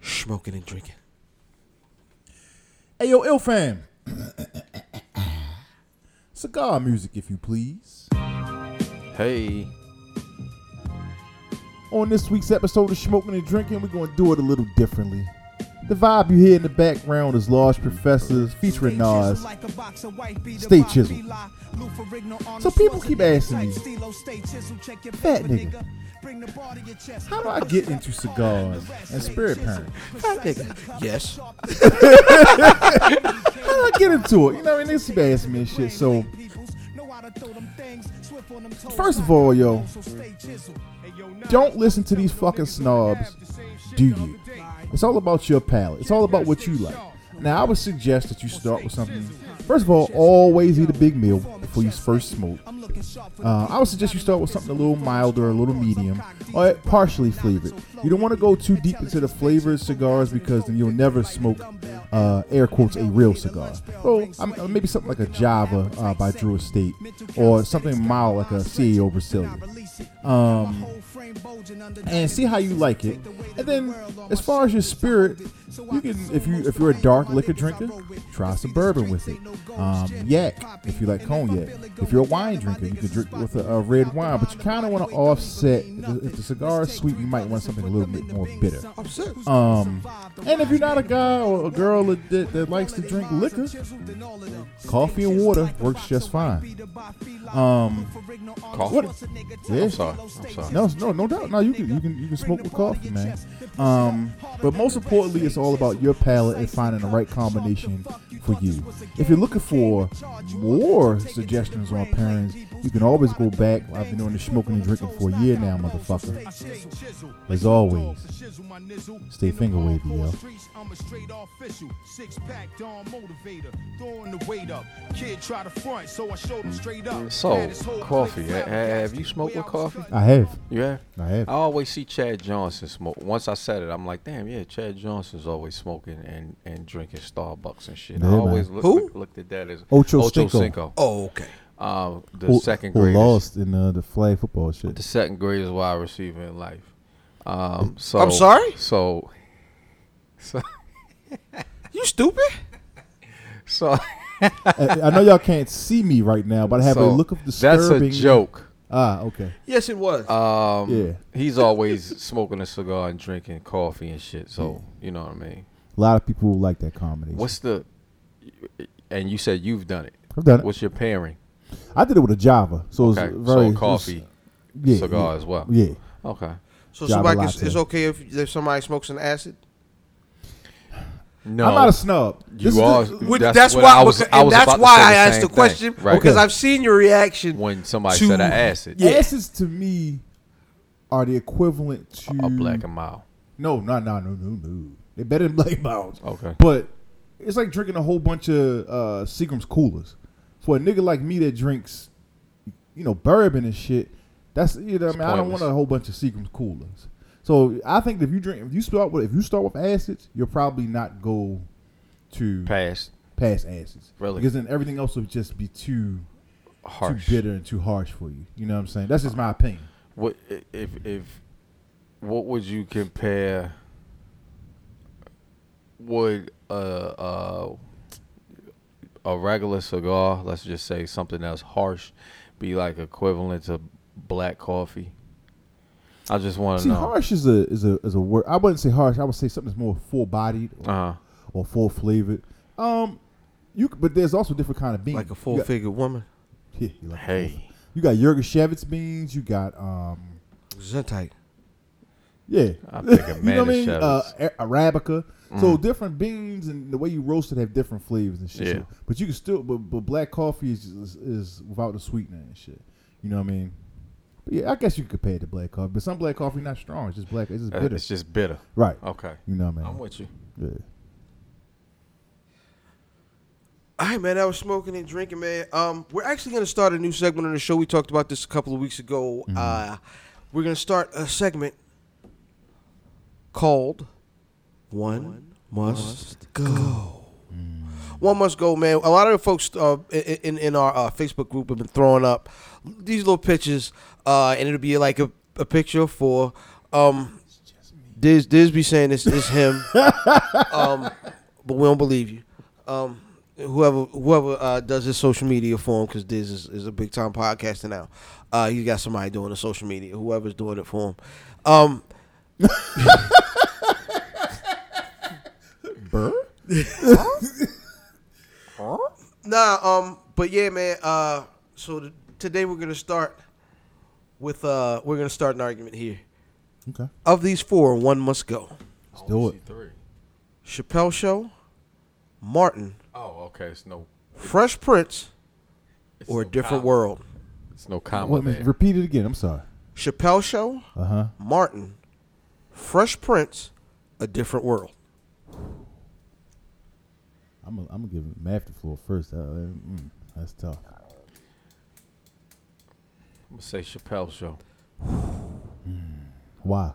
Speaker 5: smoking and drinking.
Speaker 2: Hey, yo, ill fam. Cigar music, if you please.
Speaker 6: hey.
Speaker 2: On this week's episode of Smoking and Drinking, we're going to do it a little differently. The vibe you hear in the background is Large Professors featuring Nas. Stay
Speaker 7: Stay
Speaker 2: chiseled.
Speaker 7: chiseled. So people keep asking me, fat nigga, how do I get into cigars and spirit parent?
Speaker 5: Fat nigga. Yes.
Speaker 7: How do I get into it? You know, what I mean, they keep asking me and shit. So,
Speaker 2: First of all, yo, Don't listen to these fucking snobs, do you? It's all about your palate. It's all about what you like. Now, I would suggest that you start with something. First of all, always eat a big meal before you first smoke. Uh, I would suggest you start with something a little milder, a little medium, or partially flavored. You don't want to go too deep into the flavored cigars because then you'll never smoke, uh, air quotes, a real cigar. So um, uh, maybe something like a Java uh, by Drew Estate, or something mild like a CEO Brazilian. Um, and see how you like it. And then, as far as your spirit, you can if you if you're a dark liquor drinker, try some bourbon with it. Um, yak, if you like cognac. If you're a wine drinker, you could drink with a, a red wine. But you kind of want to offset. If the, if the cigar is sweet, you might want something a little bit more bitter. Um, and if you're not a guy or a girl that, that, that likes to drink liquor, coffee and water works just fine. Um,
Speaker 6: Coffee?
Speaker 2: what? Yeah.
Speaker 6: I'm sorry. I'm sorry.
Speaker 2: No, no, no doubt. No, you can, you can, you can smoke with coffee, man. Um, but most importantly, it's all about your palate and finding the right combination for you. If you're looking for more suggestions on pairings, you can always go back. I've been doing the smoking and drinking for a year now, motherfucker. As always, stay finger wavy, yo.
Speaker 8: I'm a straight official, six pack Don motivator, throwing the weight up. Kid try to front, so I showed him straight up.
Speaker 6: So, coffee. ha- ha- Have you smoked with coffee?
Speaker 2: I have,
Speaker 6: You have?
Speaker 2: I have.
Speaker 6: I always see Chad Johnson smoke. Once I said it, I'm like, damn, yeah, Chad Johnson's always smoking and, and drinking Starbucks and shit.
Speaker 2: Yeah,
Speaker 6: I
Speaker 2: man.
Speaker 6: always looked,
Speaker 5: Who?
Speaker 6: looked at that as
Speaker 2: Ocho Cinco.
Speaker 5: Oh, okay.
Speaker 6: Um, the
Speaker 2: Who-
Speaker 6: second
Speaker 2: who
Speaker 6: greatest.
Speaker 2: lost in uh, the flag football
Speaker 6: The
Speaker 2: shit.
Speaker 6: second greatest wide receiver in life. Um, so
Speaker 5: I'm sorry?
Speaker 6: So, so,
Speaker 5: You stupid?
Speaker 6: so
Speaker 2: I, I know y'all can't see me right now, but I have
Speaker 6: so
Speaker 2: a look of
Speaker 6: that's
Speaker 2: disturbing.
Speaker 6: a joke.
Speaker 2: Ah, okay.
Speaker 5: Yes, it was.
Speaker 6: Um,
Speaker 2: Yeah.
Speaker 6: he's always smoking a cigar and drinking coffee and shit. So you know what I mean.
Speaker 2: A lot of people like that combination.
Speaker 6: What's the? And you said you've done it.
Speaker 2: I've done it.
Speaker 6: What's your pairing?
Speaker 2: I did it with a Java, so
Speaker 6: Okay,
Speaker 2: it was
Speaker 6: so
Speaker 2: very
Speaker 6: a coffee,
Speaker 2: it was- yeah,
Speaker 6: cigar
Speaker 2: yeah,
Speaker 6: as well.
Speaker 2: Yeah,
Speaker 6: Okay.
Speaker 5: so
Speaker 2: Java
Speaker 5: somebody, it's,
Speaker 2: latte.
Speaker 5: it's okay if, if somebody smokes an acid.
Speaker 6: No,
Speaker 2: I'm not a snub.
Speaker 6: you
Speaker 2: This is-
Speaker 6: are.
Speaker 5: Which, that's,
Speaker 6: that's, what
Speaker 5: why,
Speaker 6: I was.
Speaker 5: because-
Speaker 6: I
Speaker 5: and
Speaker 6: was about
Speaker 5: that's
Speaker 6: to
Speaker 5: why
Speaker 6: say
Speaker 5: I
Speaker 6: the
Speaker 5: asked
Speaker 6: same
Speaker 5: the
Speaker 6: thing.
Speaker 5: question
Speaker 6: right.
Speaker 5: because
Speaker 2: Okay.
Speaker 5: I've seen your reaction.
Speaker 6: when somebody
Speaker 5: to-
Speaker 6: said I acid,
Speaker 5: Yeah.
Speaker 2: acids to me are the equivalent to
Speaker 6: a black and mild.
Speaker 2: No, no, no, no, no, no. They better than black miles.
Speaker 6: Okay.
Speaker 2: but it's like drinking a whole bunch of uh, Seagram's coolers. For a nigga like me that drinks, you know, bourbon and shit, that's you know, what I
Speaker 6: It's
Speaker 2: mean, I don't
Speaker 6: pointless.
Speaker 2: want a whole bunch of Seagram's coolers. So I think if you drink, if you start with, if you start with acids, you'll probably not go to
Speaker 6: Past
Speaker 2: past acids.
Speaker 6: Really?
Speaker 2: Because then everything else would just be too
Speaker 6: harsh.
Speaker 2: too bitter and too harsh for you. You know what I'm saying? That's just my opinion.
Speaker 6: What i- if if what would you compare? Would a uh, a regular cigar, let's just say something that's harsh, be like equivalent to black coffee? I just want to
Speaker 2: See,
Speaker 6: know.
Speaker 2: harsh is a is a is a word. I wouldn't say harsh. I would say something that's more full bodied or,
Speaker 6: Uh-huh.
Speaker 2: or full flavored. Um, you c- but there's also different kind of beans.
Speaker 5: like a
Speaker 2: You
Speaker 5: full
Speaker 2: got-
Speaker 5: figured woman.
Speaker 2: Yeah, you like a full-
Speaker 6: Hey,
Speaker 2: you got Yurgashevitz beans. You got um,
Speaker 5: Zentite.
Speaker 2: yeah.
Speaker 6: I'm thinking
Speaker 2: you know what I mean?
Speaker 6: Manischewitz.
Speaker 2: Uh, A- Arabica. So
Speaker 6: Mm-hmm.
Speaker 2: different beans and the way you roast it have different flavors and shit.
Speaker 6: Yeah.
Speaker 2: So- but you can still, but, but black coffee is, is is without the sweetener and shit. You know what I mean? But yeah, I guess you can compare it to black coffee, but some black coffee not strong. It's just black. It's just
Speaker 6: uh,
Speaker 2: bitter.
Speaker 6: it's just bitter.
Speaker 2: right.
Speaker 6: Okay,
Speaker 2: You know what I mean?
Speaker 6: I'm with you.
Speaker 2: Yeah.
Speaker 5: All right, man. I was smoking and drinking, man. Um, we're actually gonna start a new segment on the show. We talked about this a couple of weeks ago. Uh, we're gonna start a segment called "One, Must, Go." One must go, man. A lot of the folks uh, in in- in our uh, Facebook group have been throwing up these little pictures, uh, and it'll be like a, a picture for um, Diz. Diz be saying it's, it's him. um, but we don't believe you. Um, whoever whoever uh, does his social media for him, because Diz is, is a big time podcaster now. Uh, he's got somebody doing the social media. Whoever's doing it for him. Um, nah. Um, but yeah, man. Uh, so th- today we're gonna start with uh, we're gonna start an argument here.
Speaker 2: Okay.
Speaker 5: Of these four, one must go.
Speaker 2: Let's do it.
Speaker 6: Three.
Speaker 5: Chappelle Show, Martin,
Speaker 6: Oh, okay. It's no.
Speaker 5: Fresh Prince,
Speaker 6: It's
Speaker 5: or
Speaker 6: no
Speaker 5: Different
Speaker 6: comma.
Speaker 5: World.
Speaker 6: It's no comma
Speaker 2: Wait, a minute,
Speaker 6: there.
Speaker 2: repeat it again. I'm sorry.
Speaker 5: Chappelle Show,
Speaker 2: Uh huh.
Speaker 5: Martin, Fresh Prince, A Different World.
Speaker 2: I'm gonna I'm gonna give Math the floor first. Uh, mm, that's tough.
Speaker 6: I'm gonna say Chappelle Show.
Speaker 2: Why?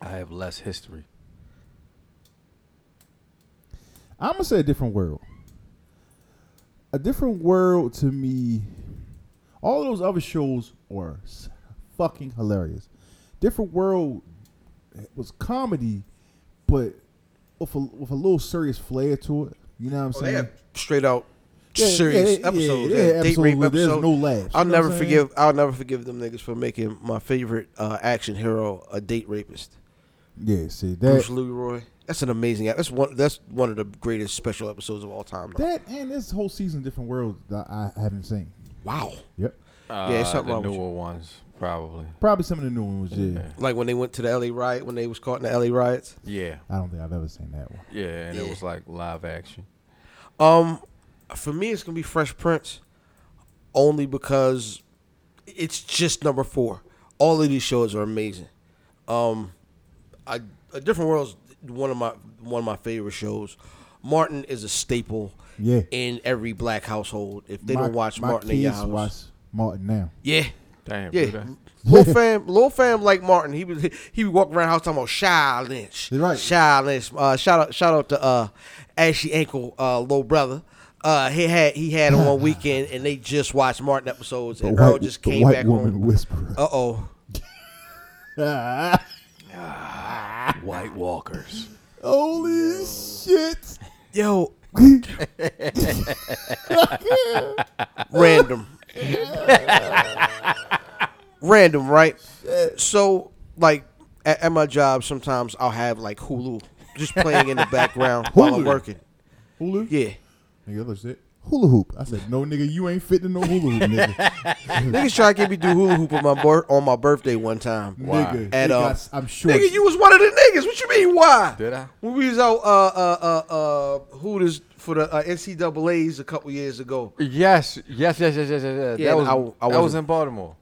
Speaker 6: I have less history.
Speaker 2: I'm gonna say a different world. A different world to me. All those other shows are s- fucking hilarious. Different world was comedy, but with a, with a little serious flair to it. You know what I'm
Speaker 6: Oh,
Speaker 5: They
Speaker 2: saying?
Speaker 5: had straight out
Speaker 2: Yeah, yeah,
Speaker 5: serious
Speaker 2: yeah,
Speaker 5: episodes.
Speaker 2: yeah,
Speaker 5: they had
Speaker 2: yeah,
Speaker 5: date rape
Speaker 2: absolutely. There's
Speaker 5: episodes.
Speaker 2: no laughs. You
Speaker 5: I'll
Speaker 2: know what
Speaker 5: never
Speaker 2: I'm saying?
Speaker 5: forgive. I'll never forgive them niggas for making my favorite uh, action hero a date rapist.
Speaker 2: Yeah, see
Speaker 5: Bruce
Speaker 2: that
Speaker 5: Leroy. That's an amazing. That's one. That's one of the greatest special episodes of all time. though.
Speaker 2: that and this whole season different world that I haven't seen.
Speaker 5: wow.
Speaker 2: Yep.
Speaker 6: Uh,
Speaker 5: Yeah, it's something
Speaker 6: the
Speaker 5: wrong with
Speaker 6: newer ones probably.
Speaker 2: Probably some of the new ones, yeah.
Speaker 5: Like when they went to the LA riot. When they was caught in the LA riots.
Speaker 6: Yeah,
Speaker 2: I don't think I've ever seen that one.
Speaker 6: yeah, and
Speaker 5: Yeah.
Speaker 6: it was like live action.
Speaker 5: Um, for me, it's gonna be Fresh Prince, only because it's just number four. All of these shows are amazing. Um, I a different world's one of my one of my favorite shows. Martin is a staple
Speaker 2: Yeah.
Speaker 5: in every black household. If they
Speaker 2: My-
Speaker 5: don't watch
Speaker 2: my
Speaker 5: Martin
Speaker 2: kids
Speaker 5: in your house,
Speaker 2: watch Martin now.
Speaker 5: yeah,
Speaker 6: Damn, do
Speaker 5: yeah.
Speaker 6: that.
Speaker 5: Lil fam, Lil fam like Martin. He was he walked around the house talking about Shy Lynch.
Speaker 2: You're right.
Speaker 5: Shy Lynch. Uh, shout out shout out to uh Ashy Ankle uh little brother. Uh he had he had on one weekend and they just watched Martin episodes and Earl just
Speaker 2: the
Speaker 5: came
Speaker 2: white
Speaker 5: back
Speaker 2: woman
Speaker 5: home.
Speaker 2: whisperer.
Speaker 5: Uh oh.
Speaker 6: White Walkers.
Speaker 2: Holy shit!
Speaker 5: Yo Random. Random, right? So like at, at my job sometimes I'll have like Hulu just playing in the background while I'm
Speaker 2: Hulu?
Speaker 5: working.
Speaker 2: Hulu?
Speaker 5: Yeah.
Speaker 2: Nigga, that's it. Hula hoop. I said, no, nigga, you ain't fitting no hula hoop, nigga.
Speaker 5: Niggas tried to get me do hula hoop on my bir- on my birthday one time.
Speaker 2: Nigga,
Speaker 5: And,
Speaker 2: they
Speaker 5: uh,
Speaker 2: got- I'm sure.
Speaker 5: Nigga, you was one of the niggas. What you mean? Why?
Speaker 6: Did I?
Speaker 5: When we was out uh uh uh uh Hooters for the uh, NCAA's a couple years ago.
Speaker 6: Yes, yes, yes, yes, yes, yes. yes.
Speaker 5: Yeah,
Speaker 6: that was
Speaker 5: I- I
Speaker 6: that was
Speaker 5: wasn't-
Speaker 6: in Baltimore.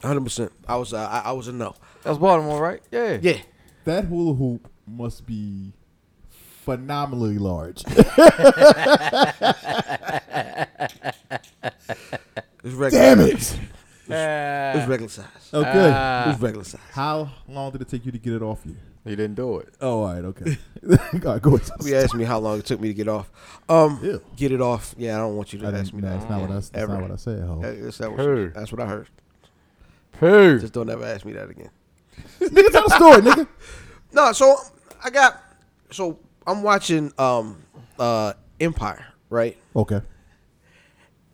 Speaker 5: Hundred percent. I was uh, I, I was a no.
Speaker 6: That was Baltimore, right? Yeah.
Speaker 5: Yeah.
Speaker 2: that hula hoop must be phenomenally large.
Speaker 5: It's regular.
Speaker 2: Damn it!
Speaker 5: It was regular size. It
Speaker 2: Okay.
Speaker 5: was regular size.
Speaker 2: How long did it take you to get it off you?
Speaker 6: he didn't do it.
Speaker 2: Oh, all right, okay. God, go ahead.
Speaker 5: You asked me how long it took me to get off. Um,
Speaker 2: Ew.
Speaker 5: get it off. Yeah, I don't want you to
Speaker 2: I
Speaker 5: ask
Speaker 2: didn't,
Speaker 5: me
Speaker 2: no,
Speaker 5: that.
Speaker 2: that's not what I, that's
Speaker 5: Ever.
Speaker 2: not what I said. ho.
Speaker 5: That- that's, that
Speaker 6: Hey.
Speaker 5: was, that's what I heard.
Speaker 6: Hey.
Speaker 5: Just don't ever ask me that again.
Speaker 2: nigga, tell the story, nigga.
Speaker 5: No, so I got so I'm watching um uh Empire, right?
Speaker 2: Okay.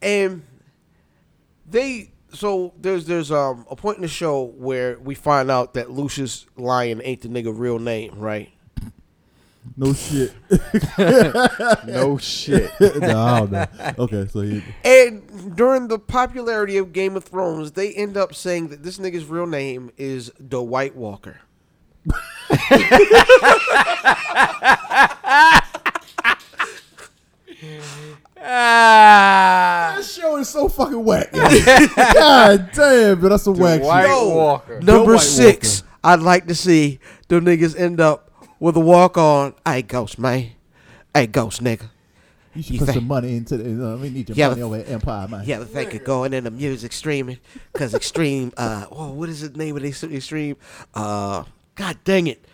Speaker 5: And they so there's there's um a point in the show where we find out that Lucius Lion ain't the nigga real name, right?
Speaker 2: No shit.
Speaker 6: no shit.
Speaker 2: no, I don't know. Okay, so he,
Speaker 5: And during the popularity of Game of Thrones, they end up saying that this nigga's real name is the White Walker.
Speaker 2: that show is so fucking whack. God damn, but that's a whack
Speaker 6: White
Speaker 2: shit.
Speaker 6: Walker.
Speaker 5: Number
Speaker 2: White
Speaker 5: six, I'd like to see the niggas end up with a walk on. Hey, ghost man. Hey, ghost nigga.
Speaker 2: You should
Speaker 5: You
Speaker 2: put
Speaker 5: think-
Speaker 2: some money into the. Uh, we need your
Speaker 5: Yeah,
Speaker 2: money
Speaker 5: but-
Speaker 2: over at Empire, man.
Speaker 5: You ever think of going into music streaming? Because extreme, uh, oh, what is the name of this extreme? Uh, God dang it,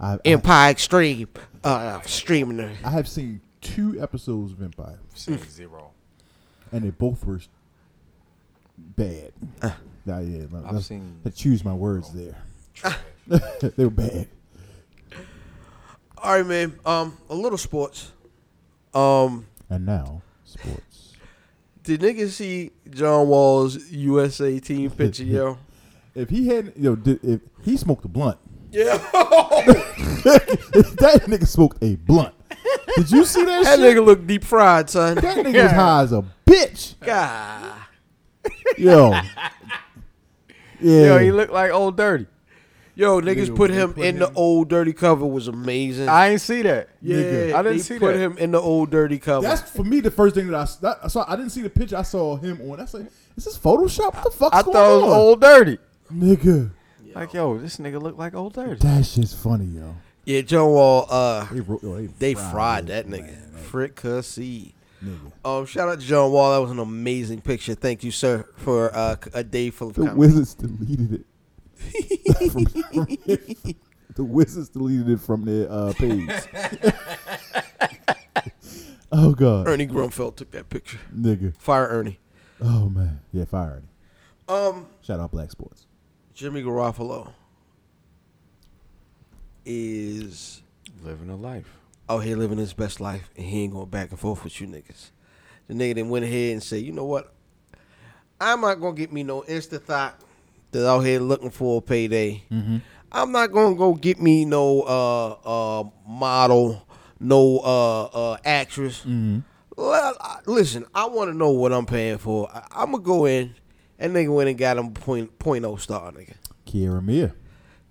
Speaker 2: I, I,
Speaker 5: Empire Extreme uh, streaming. there.
Speaker 2: I have seen two episodes of Empire,
Speaker 6: Zero.
Speaker 2: and they both were bad. Nah, yeah, no, that's-
Speaker 6: seen-
Speaker 2: I choose my words there. they were bad.
Speaker 5: All right, man. Um, a little sports. Um,
Speaker 2: And now sports.
Speaker 5: did niggas see John Wall's USA team picture, yo?
Speaker 2: If he hadn't, yo, did, if he smoked a blunt,
Speaker 5: Yeah,
Speaker 2: that nigga smoked a blunt. Did you see that,
Speaker 5: that
Speaker 2: shit?
Speaker 5: nigga look deep fried, son.
Speaker 2: that nigga was high as a bitch.
Speaker 5: God.
Speaker 2: Yo. Yeah.
Speaker 6: Yo, he looked like old dirty.
Speaker 5: Yo, niggas put him in the old dirty cover was amazing.
Speaker 6: I ain't see that.
Speaker 5: yeah,
Speaker 2: nigga.
Speaker 6: I didn't
Speaker 5: they
Speaker 6: see
Speaker 5: put
Speaker 6: that.
Speaker 5: him in the old dirty cover.
Speaker 2: That's for me the first thing that I, s- that I saw. I didn't see the picture. I saw him on. I said, "Is this Photoshop? What the fuck's
Speaker 6: I
Speaker 2: going
Speaker 6: thought it
Speaker 2: on?"
Speaker 6: was old dirty.
Speaker 2: Nigga,
Speaker 6: Like, yo, this nigga look like old dirty.
Speaker 2: that shit's funny, yo.
Speaker 5: yeah, John Wall. Uh,
Speaker 2: They, ro- yo, they,
Speaker 5: They
Speaker 2: fried
Speaker 5: fried
Speaker 2: it,
Speaker 5: that nigga.
Speaker 2: man.
Speaker 5: Fricassee.
Speaker 2: Nigga.
Speaker 5: Um, shout out to John Wall. That was an amazing picture. Thank you, sir, for uh, c- a day full of
Speaker 2: The
Speaker 5: comedy.
Speaker 2: Wizards deleted it. From- from- the Wizards deleted it from their uh, page. oh god,
Speaker 5: Ernie Grunfeld took that picture.
Speaker 2: nigga.
Speaker 5: Fire Ernie.
Speaker 2: Oh man, yeah, fire Ernie.
Speaker 5: Um,
Speaker 2: Shout out Black Sports.
Speaker 5: Jimmy Garofalo is
Speaker 6: Living a life.
Speaker 5: out here living his best life and he ain't going back and forth with you niggas. The nigga then went ahead and said, you know what? I'm not gonna get me no insta thought that out here looking for a payday. I'm not gonna go get me no uh uh model, no uh uh actress. Well, I- listen, I want to know what I'm paying for. I, I'm gonna go in, and nigga went and got him point point oh star nigga.
Speaker 2: Kiera Mir.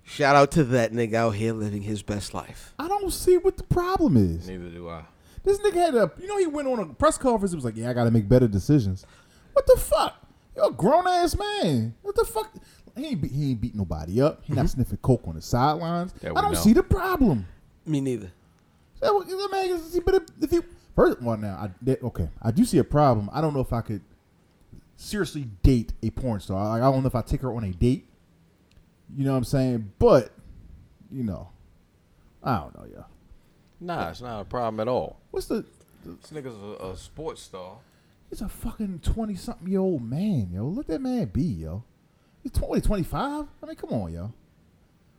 Speaker 5: Shout out to that nigga out here living his best life.
Speaker 2: I don't see what the problem is.
Speaker 6: Neither do I.
Speaker 2: This nigga had a, you know, he went on a press conference. It was like, yeah, I got to make better decisions. What the fuck? You're a grown ass man. What the fuck? He ain't, be, he ain't beat nobody up. He not sniffing coke on the sidelines.
Speaker 6: Mm-hmm. That we
Speaker 2: I don't
Speaker 6: know.
Speaker 2: see the problem.
Speaker 5: Me neither.
Speaker 2: That would- that man is- see, but if, if you first one now, I that- okay, I do see a problem. I don't know if I could seriously date a porn star. Like, I don't know if I take her on a date. You know what I'm saying? But you know, I don't know, yeah.
Speaker 6: Nah, it's not a problem at all.
Speaker 2: What's the?
Speaker 6: This nigga's a, a sports star.
Speaker 2: He's a fucking twenty something year old man, yo. Let that man be, yo. He's 20, 25? I mean, come on, yo.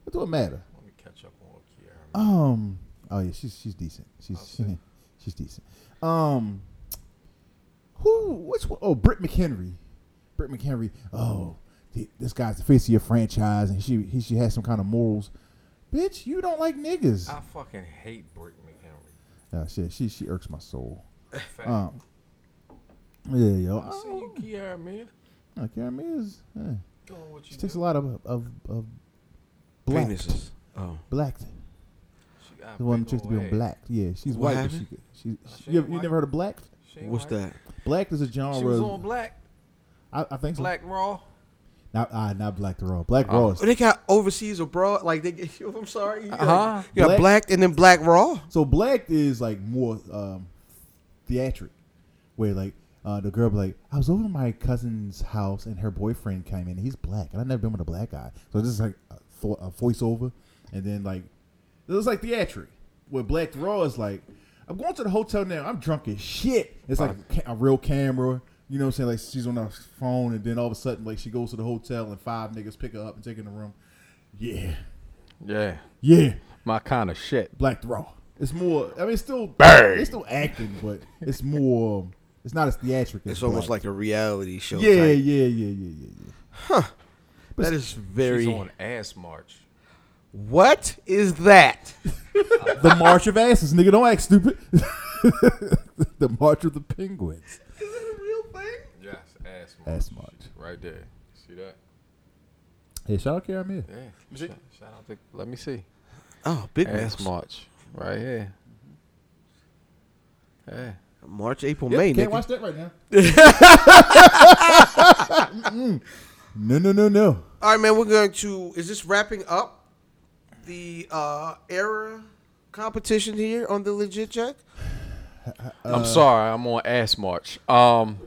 Speaker 2: What do it matter?
Speaker 6: Let me catch up on Kiara.
Speaker 2: Um. Oh yeah, she's she's decent. She's she's decent. Um. Who? Which one? Oh, Britt McHenry. Britt McHenry. Oh, th- this guy's the face of your franchise, and she he she has some kind of morals. Bitch, you don't like niggas.
Speaker 6: I fucking hate Britt McHenry.
Speaker 2: Oh shit, she she irks my soul.
Speaker 6: Uh,
Speaker 2: Um. Yeah, yo. I
Speaker 6: I see you, Kiara, man.
Speaker 2: don't know, Karen is. eh,
Speaker 6: Doing what you
Speaker 2: She takes a
Speaker 6: do.
Speaker 2: lot of of of black
Speaker 5: Penises. Oh,
Speaker 2: black.
Speaker 6: She got
Speaker 2: The one
Speaker 6: big
Speaker 2: chicks to
Speaker 6: old
Speaker 2: be on
Speaker 6: ass.
Speaker 2: black. Yeah, she's
Speaker 5: What
Speaker 2: white. But she,
Speaker 5: happened?
Speaker 2: she,
Speaker 6: She
Speaker 2: she, you,
Speaker 6: ain't
Speaker 2: you
Speaker 6: white.
Speaker 2: never heard of black?
Speaker 6: She ain't
Speaker 5: what's
Speaker 6: white.
Speaker 5: that?
Speaker 2: Black is a genre.
Speaker 6: She was on black.
Speaker 2: I, I think so.
Speaker 6: Black Uh, Raw.
Speaker 2: Not, ah, not Black the Raw. Black Raw.
Speaker 5: Oh,
Speaker 2: Is,
Speaker 5: they got overseas abroad. Like they, get- I'm sorry, you got,
Speaker 6: Uh-huh.
Speaker 5: you got
Speaker 2: Black-
Speaker 5: blacked and then black raw.
Speaker 2: so Black is like more um, theatric, where like uh, the girl be like, I was over at my cousin's house and her boyfriend came in. He's black, and I've never been with a black guy. So this is like a, vo- a voiceover, and then like it was like theatric. Where Black the Raw is like, I'm going to the hotel now. I'm drunk as shit. It's like a, ca- a real camera. You know what I'm saying? Like she's on her phone, and then all of a sudden, like she goes to the hotel, and five niggas pick her up and take her in the room. Yeah,
Speaker 6: Yeah.
Speaker 2: yeah.
Speaker 6: My kind of shit.
Speaker 2: Black Raw. It's more. I mean, it's still it's still acting, but it's more. It's not as theatric. As
Speaker 5: It's almost
Speaker 2: Black.
Speaker 5: like a reality show.
Speaker 2: yeah,
Speaker 5: type.
Speaker 2: yeah, yeah, yeah, yeah, yeah.
Speaker 5: that is very.
Speaker 6: She's on Ass March.
Speaker 5: What is that?
Speaker 2: The March of Asses, nigga. Don't act stupid. the March of the Penguins.
Speaker 6: Yes, Ass March.
Speaker 2: Ass March.
Speaker 6: Right there. See that?
Speaker 2: Hey, shout out Karamir.
Speaker 6: Yeah. Shout, shout out to. Let me see.
Speaker 5: Oh, big
Speaker 6: Ass
Speaker 5: Ass
Speaker 6: March. Right here. Yeah.
Speaker 5: March, April,
Speaker 2: Yep,
Speaker 5: May.
Speaker 2: can't
Speaker 5: nigga.
Speaker 2: watch that right now. Mm-mm. no, no, no, no.
Speaker 5: All right, man. We're going to. Is this wrapping up the uh era competition here on the legit check?
Speaker 6: I'm sorry. I'm on Ass March. Um,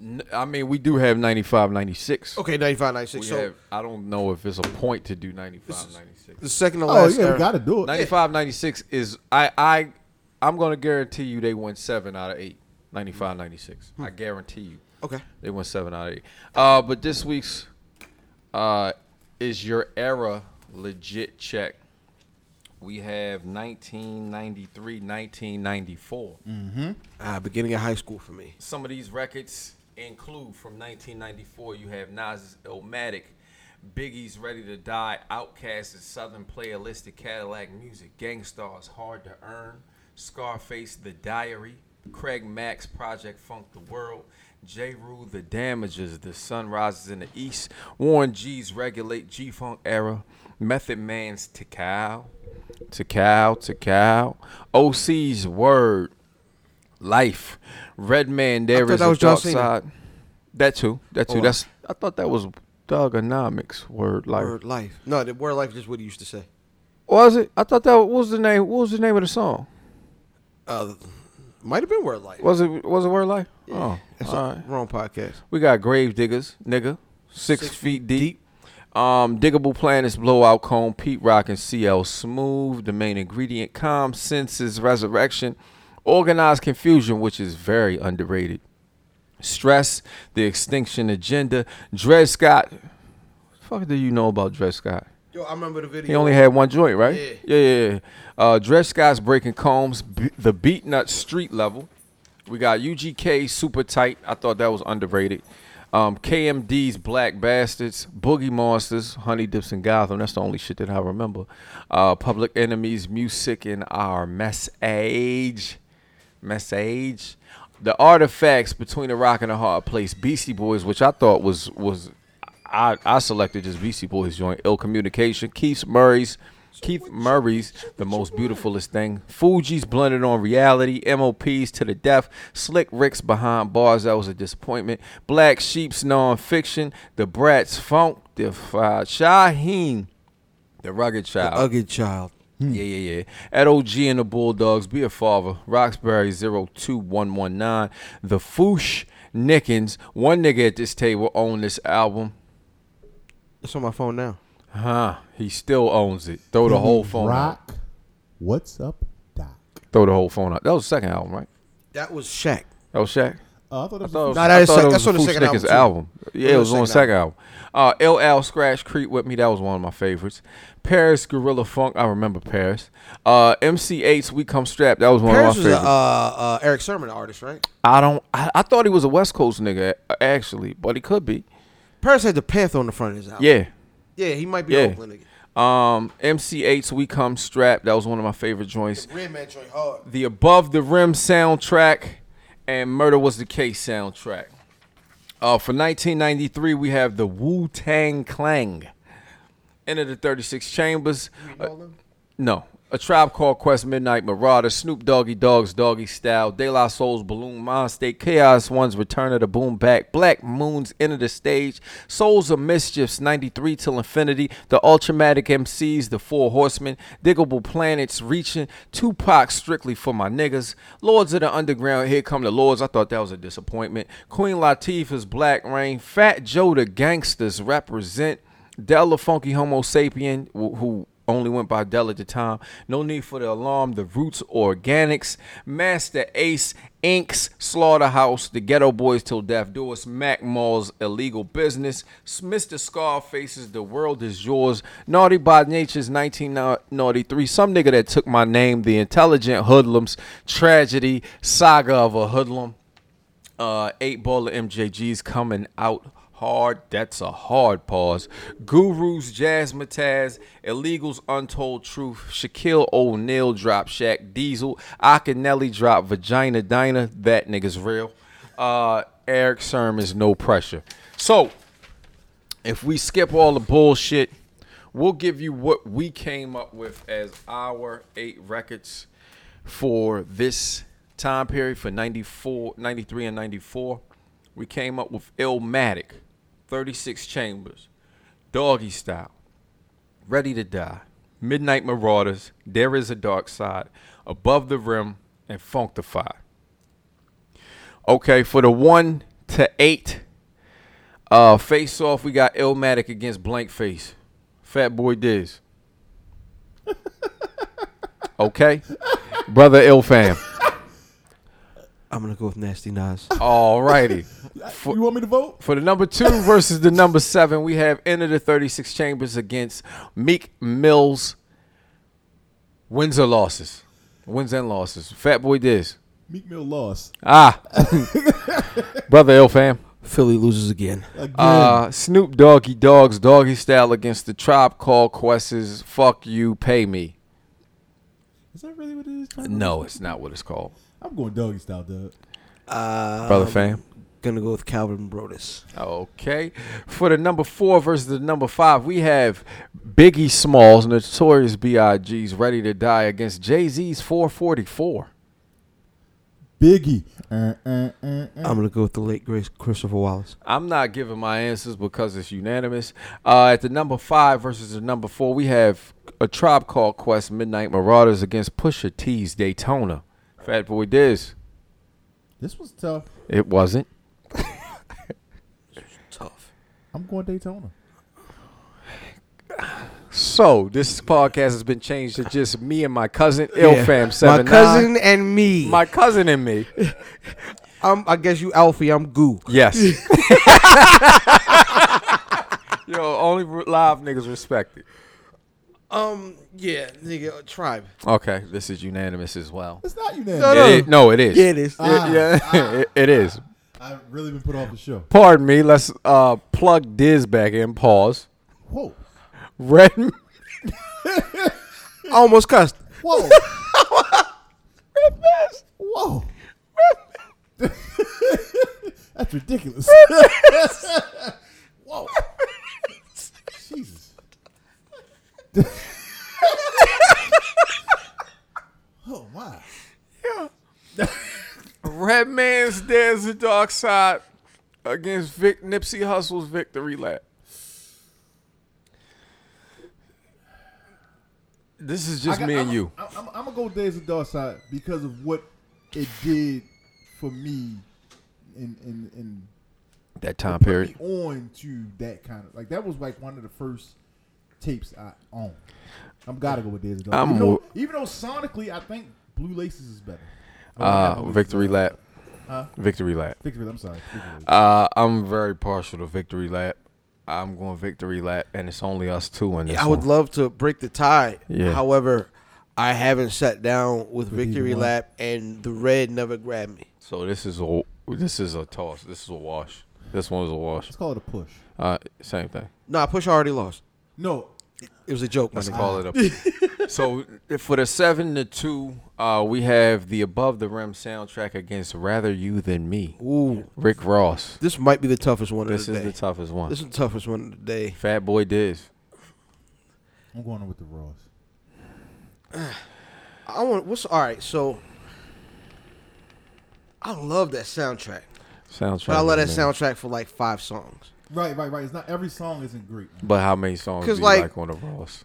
Speaker 6: n- I mean, we do have 95, 96.
Speaker 5: Okay, 95, 96.
Speaker 6: We
Speaker 5: so
Speaker 6: have, I don't know if it's a point to do 95, 96.
Speaker 5: the second to
Speaker 2: Oh
Speaker 5: last.
Speaker 2: yeah,
Speaker 5: era.
Speaker 2: we gotta do it.
Speaker 6: 95 96 is I I I'm going to guarantee you they won 7 out of 8. 95 96. I guarantee you.
Speaker 5: Okay.
Speaker 6: They won 7 out of 8. Uh but this week's uh is your era legit check. We have 1993, 1994.
Speaker 5: Ah, beginning of high school for me.
Speaker 6: Some of these records include from 1994, you have Nas's Illmatic, Biggie's Ready to Die, Outkast's Southern Player Listed Cadillac Music, Gangstar's Hard to Earn, Scarface The Diary, Craig Max Project Funk the World, J. Rule The Damages, The Sun Rises in the East, Warren G's Regulate G Funk Era, Method Man's Tikal, Tikal, Tikal, OC's Word, Life, Red Man, There
Speaker 5: thought
Speaker 6: Is
Speaker 5: that
Speaker 6: a
Speaker 5: was Oh. John
Speaker 6: Dark
Speaker 5: Cena.
Speaker 6: Side. That too. That too.
Speaker 5: wow.
Speaker 6: That's. I thought that was Dogonomics word. Like
Speaker 5: Word life. No, the word life is just what he used to say.
Speaker 6: was it? I thought that what was the name. What was the name of the song?
Speaker 5: Uh, might have been word life.
Speaker 6: Was it? Was it word like? Oh,
Speaker 5: That's
Speaker 6: all
Speaker 5: a-
Speaker 6: right.
Speaker 5: Wrong podcast.
Speaker 6: We got grave diggers, nigga, six, feet deep. Um, diggable planets, blowout cone, Pete Rock and CL Smooth. The main ingredient, calm senses, resurrection, organized confusion, which is very underrated. Stress, the extinction agenda, Dred Scott. Fuck, do you know about Dred Scott?
Speaker 5: Yo, I remember the video.
Speaker 6: He only had one joint, right? Yeah, yeah, yeah. Uh, Dred Scott's Breaking Combs, B- The Beatnut Street Level. We got UGK Super Tight. I thought that was underrated. Um, KMD's Black Bastards, Boogie Monsters, Honey Dips in Gotham. That's the only shit that I remember. Uh, Public Enemies, Music in Our Message. Message. The Artifacts Between a Rock and a Hard Place, Beastie Boys, which I thought was was I, I selected just Beastie Boys joint, Ill Communication, Keith Murray's, Keith Murray's The Most Beautifulest Thing, Fuji's Blended on Reality, MOP's To the Death, Slick Rick's Behind Bars, that was a disappointment, Black Sheep's Nonfiction, The Brat's Funk, Defied, Shaheen, The Rugged Child.
Speaker 5: Ugly child.
Speaker 6: Yeah, yeah, yeah. At OG and the Bulldogs, be a father. Roxbury 02119. The Foosh Nickens. One nigga at this table owned this album.
Speaker 5: It's on my phone now.
Speaker 6: Huh. He still owns it. Throw the whole phone out.
Speaker 2: Rock. What's up, Doc?
Speaker 6: Throw the whole phone out. That was the second album, right?
Speaker 5: That was Shaq.
Speaker 6: That was Shaq?
Speaker 2: Oh, I thought it was.
Speaker 6: No,
Speaker 2: the-
Speaker 5: that is sec- that's on the second album, too.
Speaker 6: album. Yeah, it
Speaker 5: Yeah,
Speaker 6: was on the second
Speaker 5: second
Speaker 6: album. Uh, LL Scratch Creek with me. That was one of my favorites. Paris Gorilla Funk. I remember Paris. Uh, MC8's We Come Strapped. That was one
Speaker 5: Paris
Speaker 6: of my
Speaker 5: was a,
Speaker 6: favorites.
Speaker 5: uh, uh, Eric Sermon artist, right?
Speaker 6: I don't. I, I thought he was a West Coast nigga a- actually, but he could be.
Speaker 5: Paris had the panther on the front of his album.
Speaker 6: Yeah.
Speaker 5: Yeah, he might be
Speaker 6: Yeah.
Speaker 5: Oakland again.
Speaker 6: Um. MC8's We Come Strapped. That was one of my favorite joints.
Speaker 5: Red man joint hard.
Speaker 6: The Above the Rim soundtrack and Murder Was the Case soundtrack. Uh, for 1993, we have the Wu Tang Clang. End of the 36 Chambers. Uh, no. A Tribe Called Quest, Midnight Marauder, Snoop Doggy Dogs, Doggy Style, De La Soul's Balloon Mind State, Chaos One's Return of the Boom Back, Black Moon's End of the Stage, Souls of Mischief's 93 Till Infinity, The Ultimatic MCs, The Four Horsemen, Diggable Planets Reaching, Tupac Strictly for My Niggas, Lords of the Underground, Here Come the Lords. I thought that was a disappointment. Queen Latifah's Black Rain, Fat Joe the Gangsters Represent, Della Funky Homo Sapien, wh- who only went by Dell at the time. No need for the alarm. The Roots Organics, Master Ace, Inks, Slaughterhouse, The Ghetto Boys Till Death Do Us, Mac Mall's Illegal Business, S- Mr. Scarface's The World Is Yours, Naughty by Nature's 1993, Some Nigga That Took My Name, The Intelligent Hoodlums, Tragedy, Saga of a Hoodlum uh, eight ball of MJG's coming out hard. That's a hard pause. Gurus, Jazzmatazz, Illegals, Untold Truth, Shaquille O'Neal drop Shaq Diesel, Akinelli drop Vagina Diner. That nigga's real. Uh, Eric Sermon's No Pressure. So, if we skip all the bullshit, we'll give you what we came up with as our eight records for this time period for 94, 93 and 94. We came up with Illmatic, 36 Chambers, Doggy Style, Ready to Die, Midnight Marauders, There Is a Dark Side, Above the Rim, and Functify. Okay, for the 1 to 8 uh, face off, we got Illmatic against Blank Face. Fat Boy Diz. okay? Brother Ill Fam.
Speaker 5: I'm gonna go with Nasty Nas.
Speaker 6: Alrighty. For,
Speaker 2: you want me to vote?
Speaker 6: for the number two versus the number seven, we have Enter the 36 Chambers against Meek Mills. Wins or losses? Wins and losses. Fat Boy Diz.
Speaker 2: Meek Mill lost
Speaker 6: Ah. Brother Ill Fam.
Speaker 5: Philly loses again.
Speaker 2: again.
Speaker 6: Uh, Snoop Doggy Dogs Doggy Style against the Tribe Called Quest's Fuck You Pay Me.
Speaker 2: is that really what it is? Tom?
Speaker 6: No, it's not what it's called.
Speaker 2: I'm going doggy style, Doug.
Speaker 6: Brother
Speaker 5: Um,
Speaker 6: Fam.
Speaker 5: Gonna go with Calvin Brodus.
Speaker 6: Okay. For the number four versus the number five, we have Biggie Smalls, Notorious B.I.G.'s Ready to Die against Jay Z's 444.
Speaker 2: Biggie. Uh, uh, uh, uh.
Speaker 5: I'm gonna go with the late Grace Christopher Wallace.
Speaker 6: I'm not giving my answers because it's unanimous. Uh, at the number five versus the number four, we have a Tribe Called Quest Midnight Marauders against Pusha T's Daytona. Fat Boy Diz.
Speaker 2: This was tough.
Speaker 6: It wasn't.
Speaker 5: Tough.
Speaker 2: I'm going Daytona.
Speaker 6: So this podcast has been changed to just me and my cousin Ilfam
Speaker 5: My
Speaker 6: seven
Speaker 5: cousin and me.
Speaker 6: my cousin and me.
Speaker 5: I'm, I guess you Alfie. I'm Goo.
Speaker 6: Yes. Yo, only r- live niggas respected.
Speaker 5: Um, yeah, nigga, uh, tribe.
Speaker 6: Okay, this is unanimous as well.
Speaker 2: It's not unanimous.
Speaker 6: It is- no, it is.
Speaker 5: Yeah, it is.
Speaker 2: Ah,
Speaker 6: yeah, it- it is.
Speaker 2: I've really been put off the show.
Speaker 6: Pardon me. Let's uh, plug Diz back in. Pause.
Speaker 2: Whoa.
Speaker 6: Red.
Speaker 5: I almost cussed.
Speaker 2: Whoa. Whoa. That's ridiculous. Whoa. Jesus. oh my.
Speaker 6: Red Man's There's the Dark Side against Vic Nipsey Hussle's victory lap. This is just
Speaker 2: I got-
Speaker 6: me and
Speaker 2: I'm-
Speaker 6: you.
Speaker 2: I'm, I'm, I'm gonna go Days of Dark Side because of what it did for me, and and and
Speaker 6: That time
Speaker 2: put
Speaker 6: period.
Speaker 2: me on to that kind of like that was like one of the first tapes I owned. I'm gotta go with Days of Dark.
Speaker 6: I'm
Speaker 2: even, though,
Speaker 6: w-
Speaker 2: even though sonically, I think Blue Laces is better. I like
Speaker 6: Uh,
Speaker 2: Blue Laces
Speaker 6: victory
Speaker 2: better.
Speaker 6: lap. Victory lap.
Speaker 2: Victory. I'm sorry. Victory Laces.
Speaker 6: Uh, I'm very partial to victory lap. I'm going victory lap, and it's only us two in this.
Speaker 5: I would
Speaker 6: one.
Speaker 5: love to break the tie.
Speaker 6: Yeah.
Speaker 5: However, I haven't sat down with Victory
Speaker 2: one.
Speaker 5: Lap, and the red never grabbed me.
Speaker 6: So this is a this is a toss. This is a wash. This one is a wash.
Speaker 2: Let's call it a push.
Speaker 6: Uh, same thing.
Speaker 5: No, push already lost.
Speaker 2: No.
Speaker 5: It was a joke, my
Speaker 6: Let's
Speaker 5: nigga.
Speaker 6: call it a. so for the seven to two, uh, we have the above the rim soundtrack against Rather You Than Me.
Speaker 5: Ooh,
Speaker 6: Rick Ross.
Speaker 5: this might be the toughest one
Speaker 6: This
Speaker 5: of the
Speaker 6: is
Speaker 5: day.
Speaker 6: the toughest one.
Speaker 5: this is the toughest one of the day.
Speaker 6: Fat Boy Diz.
Speaker 2: I'm going with the Ross.
Speaker 5: I want what's all right. So I love that soundtrack,
Speaker 6: Soundtrack.
Speaker 5: but I love that
Speaker 6: man.
Speaker 5: soundtrack for like five songs.
Speaker 2: Right, right, right. It's not every song isn't great.
Speaker 6: But how many songs do
Speaker 5: 'Cause
Speaker 6: you
Speaker 5: like-
Speaker 6: like, on the Ross?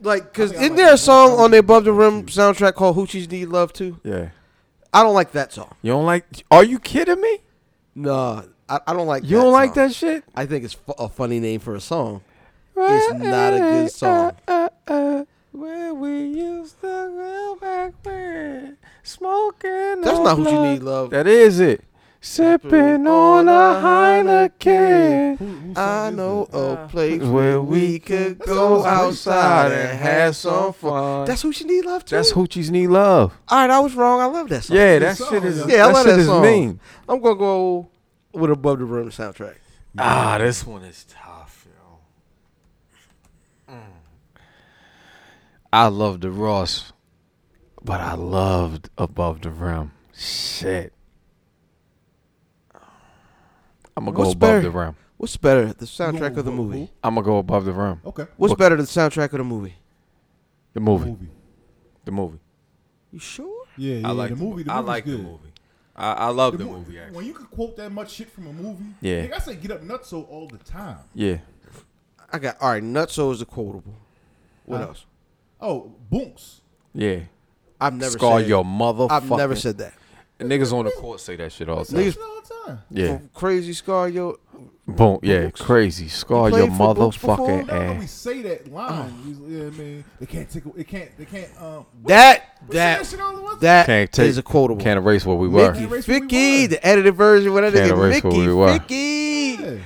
Speaker 5: Like, cause
Speaker 2: I think I
Speaker 5: isn't
Speaker 2: like
Speaker 5: there a
Speaker 2: that one.
Speaker 5: song on the Above the Rim soundtrack called "Hoochies Need Love Too"?
Speaker 6: Yeah.
Speaker 5: I don't like that song.
Speaker 6: You don't like? Are you kidding me?
Speaker 5: Nah, I, I don't like.
Speaker 6: You don't like
Speaker 5: song.
Speaker 6: that shit?
Speaker 5: I think it's fu- a funny name for a song. It's not a good song.
Speaker 6: Uh, uh, where we used to go back when smoking.
Speaker 5: That's
Speaker 6: on
Speaker 5: not what you
Speaker 6: blood.
Speaker 5: need, love.
Speaker 6: That is it. Sipping on a Heineken.
Speaker 2: Who, who song
Speaker 5: I
Speaker 2: is
Speaker 5: know
Speaker 2: that?
Speaker 5: a place where we could go
Speaker 2: sounds
Speaker 5: outside and have some fun.
Speaker 6: That's
Speaker 5: That's who she need love too.
Speaker 6: that's hoochies need love.
Speaker 5: all right. I was wrong. I love that song.
Speaker 6: Yeah,
Speaker 2: good
Speaker 6: that
Speaker 2: song,
Speaker 6: shit is.
Speaker 2: yo.
Speaker 5: yeah, I
Speaker 6: that
Speaker 5: love
Speaker 6: shit
Speaker 5: that
Speaker 6: is
Speaker 5: song.
Speaker 6: mean.
Speaker 5: I'm gonna go with above the rim soundtrack.
Speaker 6: Ah, this one is tough, yo. I love the Ross, but I loved Above the Rim. Shit. I'm gonna go
Speaker 5: What's
Speaker 6: above
Speaker 5: better?
Speaker 6: the rim.
Speaker 5: What's better, the
Speaker 2: You going
Speaker 5: soundtrack or
Speaker 2: with
Speaker 5: the
Speaker 2: who-
Speaker 5: movie?
Speaker 6: I'm gonna go above the rim.
Speaker 2: who? Okay.
Speaker 5: What's
Speaker 6: What-
Speaker 5: better, the soundtrack or the movie?
Speaker 6: The movie.
Speaker 2: Movie.
Speaker 6: The movie.
Speaker 5: You sure?
Speaker 2: Yeah, Oh. yeah.
Speaker 6: I like
Speaker 2: the movie. The
Speaker 6: I
Speaker 2: movie's
Speaker 6: like
Speaker 2: good.
Speaker 6: the movie. I, I love the,
Speaker 2: mo-
Speaker 6: movie. Actually.
Speaker 2: When you could quote that much shit from a movie,
Speaker 6: Yeah.
Speaker 2: nigga, I say get up nutso all the time.
Speaker 6: Yeah.
Speaker 5: I got all right. Nutso is a quotable. What
Speaker 2: Huh?
Speaker 5: else?
Speaker 2: Oh, Boonks.
Speaker 6: Yeah.
Speaker 5: I've never
Speaker 6: Scar
Speaker 5: said
Speaker 6: your motherfucker.
Speaker 5: I've never said that.
Speaker 6: Niggas on the court say that shit all the time.
Speaker 5: Niggas-
Speaker 2: Niggas all the time.
Speaker 6: yeah.
Speaker 5: From Oh, Crazy Scar yo.
Speaker 6: Boom. Yeah.
Speaker 5: Brooks.
Speaker 6: Crazy. Scar
Speaker 5: You
Speaker 6: your
Speaker 5: played for Brooks before?
Speaker 6: motherfucking
Speaker 5: No,
Speaker 2: Now that we
Speaker 6: ass.
Speaker 2: say that line, you- yeah, I mean, they can't take, it can't, they can't. Um,
Speaker 5: That
Speaker 2: we say
Speaker 5: that
Speaker 2: shit all the time.
Speaker 5: that
Speaker 6: Can't take.
Speaker 5: is a quotable.
Speaker 6: Can't erase what we were.
Speaker 5: Mickey
Speaker 2: Can't erase what we
Speaker 5: Ficky,
Speaker 2: were.
Speaker 5: the edited version, whatever.
Speaker 6: Can't erase what we were.
Speaker 5: Mickey, Ficky.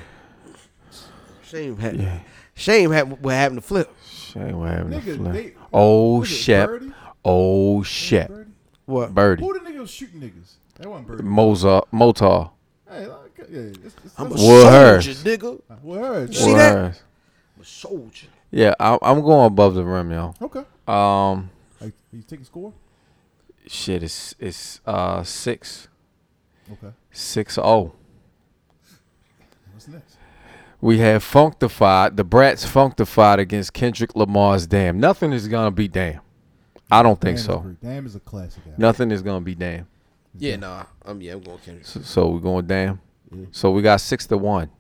Speaker 2: Yeah.
Speaker 5: Shame had. Shame had what happened to Flip.
Speaker 6: Shame what happened to
Speaker 2: Nigga,
Speaker 6: Flip.
Speaker 2: they-
Speaker 6: oh
Speaker 2: was it
Speaker 6: shit.
Speaker 2: Birdie?
Speaker 6: Oh shit.
Speaker 2: Birdie?
Speaker 5: What?
Speaker 6: Birdie.
Speaker 2: Who the nigga was shooting niggas? That wasn't Birdie.
Speaker 6: Mozart. Motar.
Speaker 2: Hey, like, yeah, it's, it's,
Speaker 5: Mm. I'm a
Speaker 2: that's-
Speaker 6: What her?
Speaker 5: soldier, nigga.
Speaker 2: word.
Speaker 5: See that?
Speaker 6: Word.
Speaker 5: I'm a soldier.
Speaker 6: Yeah. I, I'm going above the rim, yo.
Speaker 2: Okay.
Speaker 6: Um.
Speaker 2: Like, you taking score?
Speaker 6: Shit. It's it's uh six
Speaker 2: Okay.
Speaker 6: six oh.
Speaker 2: What's next?
Speaker 6: We have Functified, the Brats Functified against Kendrick Lamar's Damn. Nothing is gonna be damn. I don't
Speaker 2: Damn
Speaker 6: think
Speaker 2: is
Speaker 6: so.
Speaker 2: great. Damn is a classic. album.
Speaker 6: Nothing is gonna be damn.
Speaker 5: Yeah, nah. I'm yeah. I'm going Kendrick.
Speaker 6: So, so we're going damn. So we got six to one.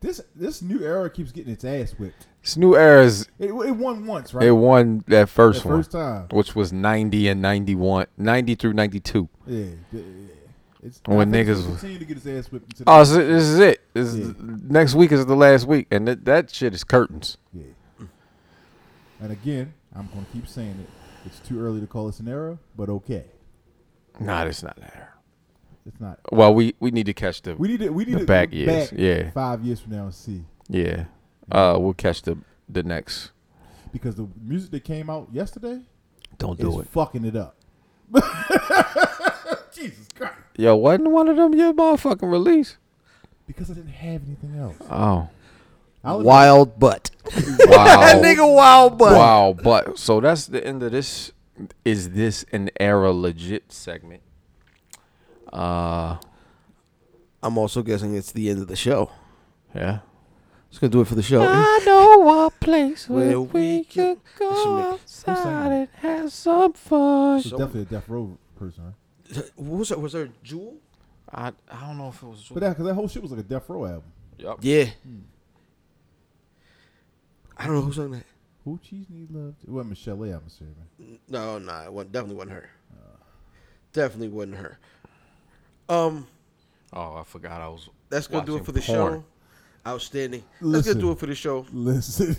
Speaker 2: This this new era keeps getting its ass whipped.
Speaker 6: This new era is
Speaker 2: It, it won once, right?
Speaker 6: it won that
Speaker 2: The
Speaker 6: first one,
Speaker 2: first time.
Speaker 6: which was ninety and 91, 90 through ninety two.
Speaker 2: Yeah, th- yeah. It's,
Speaker 6: When
Speaker 2: I think
Speaker 6: niggas
Speaker 2: he
Speaker 6: was-
Speaker 2: continue to get his ass whipped into
Speaker 6: Oh, so this is it. This is-
Speaker 2: Yeah.
Speaker 6: Next week is the last week, and that that shit is curtains.
Speaker 2: yeah. And again, I'm gonna keep saying it. It's too early to call this an era, but okay,
Speaker 6: Nah, it's not that. era.
Speaker 2: it's not.
Speaker 6: Well, we we need to catch the.
Speaker 2: We need to we need
Speaker 6: The
Speaker 2: to
Speaker 6: back
Speaker 2: look
Speaker 6: years, yeah.
Speaker 2: five years from now and see
Speaker 6: Yeah. Uh, we'll catch the the next.
Speaker 2: because the music that came out yesterday
Speaker 6: Don't
Speaker 2: is fucking it up. Jesus Christ!
Speaker 6: Yo, wasn't one of them your motherfucking release?
Speaker 2: Because I didn't have anything else.
Speaker 6: Oh.
Speaker 2: I was-
Speaker 5: Wild butt.
Speaker 6: Wow.
Speaker 5: Nigga, wild butt.
Speaker 6: Wow, but so that's the end of this. Is this an era legit segment? Uh,
Speaker 5: I'm also guessing it's the end of the show.
Speaker 6: yeah.
Speaker 5: It's gonna do it for the show.
Speaker 6: know a place
Speaker 5: where we can go
Speaker 6: outside and have some fun.
Speaker 2: She's definitely a Death Row person, right?
Speaker 5: was that? Was there Jewel?
Speaker 6: I, I don't know if it was.
Speaker 2: But that because that whole shit was like a Death Row album.
Speaker 6: Yup.
Speaker 5: Yeah. I don't know who sung that.
Speaker 2: Who cheese need love? It wasn't Michelle I'm assuming.
Speaker 5: No, no, it wasn't, definitely wasn't her. Definitely wasn't her. Um,
Speaker 6: Oh, I forgot I was.
Speaker 5: that's gonna do it
Speaker 6: watching
Speaker 5: for the
Speaker 6: porn.
Speaker 5: show. Outstanding. That's
Speaker 2: Listen.
Speaker 5: gonna do it for the show.
Speaker 2: Listen.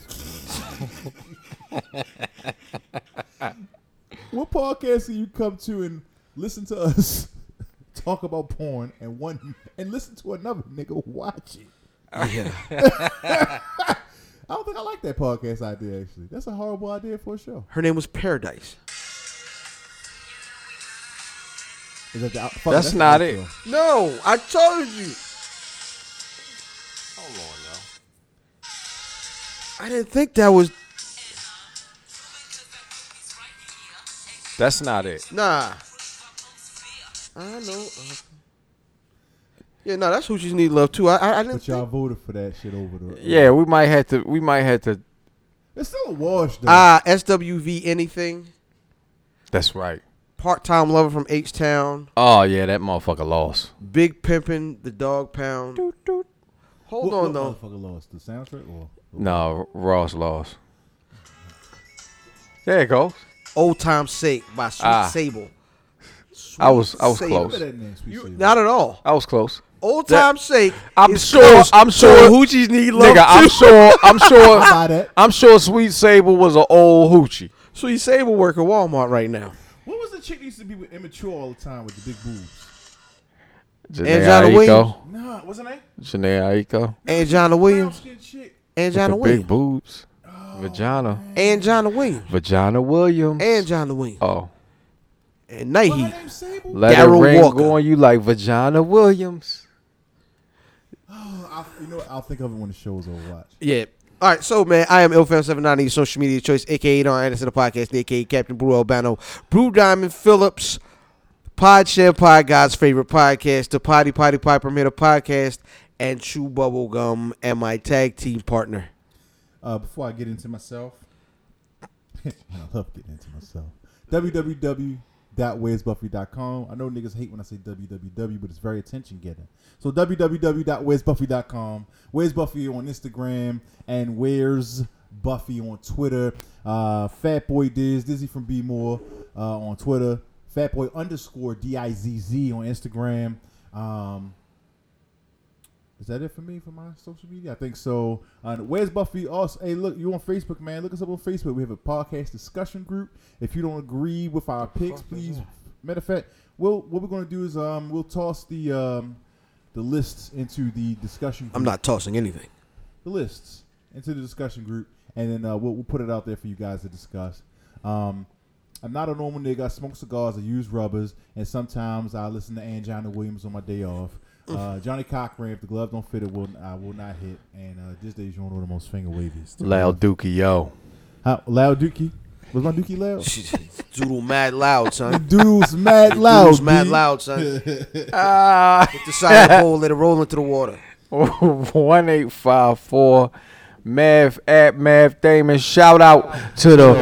Speaker 2: what podcast do you come to and listen to us talk about porn and one and listen to another nigga watch it?
Speaker 5: Yeah.
Speaker 2: I don't think I like that podcast idea actually. That's a horrible idea for a show.
Speaker 5: her name was Paradise.
Speaker 2: Is that the, fuck,
Speaker 6: That's,
Speaker 2: the
Speaker 6: not it.
Speaker 2: outro.
Speaker 5: No, I told you. I didn't think that was
Speaker 6: That's not it.
Speaker 5: nah. I know. uh, yeah, no, that's who she need love too. I I, I didn't.
Speaker 2: But y'all
Speaker 5: Think,
Speaker 2: voted for that shit over the
Speaker 6: Yeah, we might have to. We might have to.
Speaker 2: It's still a wash though.
Speaker 5: ah, SWV anything
Speaker 6: That's right.
Speaker 5: part time lover from H Town.
Speaker 6: Oh yeah, that motherfucker lost.
Speaker 5: Big Pimpin', The Dog Pound. Hold
Speaker 2: What-
Speaker 5: on
Speaker 2: what
Speaker 5: though.
Speaker 2: Motherfucker lost the soundtrack or
Speaker 6: No, Ross lost. There it goes.
Speaker 5: Old Time Sake by Sweet
Speaker 6: Ah.
Speaker 5: Sable.
Speaker 6: I was I was
Speaker 5: Save
Speaker 2: Look at
Speaker 6: close.
Speaker 2: that name, Sweet
Speaker 5: You,
Speaker 2: Savior.
Speaker 5: not at all.
Speaker 6: I was close.
Speaker 5: Old Time Sake.
Speaker 6: I'm
Speaker 5: is
Speaker 6: sure.
Speaker 5: close
Speaker 6: I'm
Speaker 5: to
Speaker 6: sure.
Speaker 5: Hoochie's need love.
Speaker 6: Nigga, I'm
Speaker 5: too.
Speaker 6: sure. I'm sure.
Speaker 2: Buy that.
Speaker 6: I'm sure. Sweet Sable was an old hoochie.
Speaker 5: Sweet Sable work at Walmart right now.
Speaker 2: What was the chick that used to be with immature all the time with the big boobs?
Speaker 5: Angela Williams.
Speaker 2: Nah, what's her name?
Speaker 6: Janae Aiko.
Speaker 5: And Jonna Williams.
Speaker 2: Brown-skinned chick.
Speaker 5: And
Speaker 6: The
Speaker 5: Jonna
Speaker 6: big
Speaker 5: Williams.
Speaker 6: boobs. Vagina.
Speaker 5: And Jonna Williams.
Speaker 6: Vagina Williams.
Speaker 5: And Jonna Williams.
Speaker 6: oh,
Speaker 5: And
Speaker 2: What her
Speaker 5: Nike.
Speaker 2: name Sable?
Speaker 6: let
Speaker 5: Darryl
Speaker 6: it ring
Speaker 5: Walker.
Speaker 6: go on you like Vagina Williams.
Speaker 2: I, you know what? I'll think of it when the show's over. Watch.
Speaker 5: Yeah. All right, so man, I am Ilfam790, social media choice, aka Don Anderson, the podcast, aka Captain Brew Albano, Brew Diamond Phillips, Pod Share Pod, God's favorite podcast, the Potty Potty Piper Made a podcast, and Chew Bubblegum, and my tag team partner.
Speaker 2: Uh, before I get into myself, and I love getting into myself. www.where'sbuffy.com. I know niggas hate when I say www, but it's very attention getting. So www.where'sbuffy.com. Where's Buffy on Instagram and where's Buffy on Twitter. Uh, Fat Boy Diz Dizzy from B More uh, on Twitter. Fat Boy underscore D I Z Z on Instagram. Um, Is that it for me for my social media? I think so. Uh, where's Buffy? Also, hey, look, you on Facebook, man? Look us up on Facebook. We have a podcast discussion group. If you don't agree with our picks, please. Matter of fact, we'll, what we're gonna do is um we'll toss the um the lists into the discussion. Group
Speaker 5: I'm not tossing anything.
Speaker 2: the lists into the discussion group, and then uh, we'll, we'll put it out there for you guys to discuss. Um, I'm not a normal nigga. I smoke cigars. I use rubbers, and sometimes I listen to Angina Williams on my day off. Uh, Johnny Cochran, if the glove don't fit, it will I will not hit. And uh, this day's one of the most finger waviest.
Speaker 6: Loud Dookie, yo.
Speaker 2: How, loud Dookie. Was my Dookie loud?
Speaker 5: Doodle mad loud, son.
Speaker 2: Dude's mad loud.
Speaker 5: Doodle's mad
Speaker 2: B.
Speaker 5: loud, son.
Speaker 6: Ah,
Speaker 5: Hit the side of the bowl, let it roll into the water.
Speaker 6: One eight five four. Math at Math Damon. Shout out to the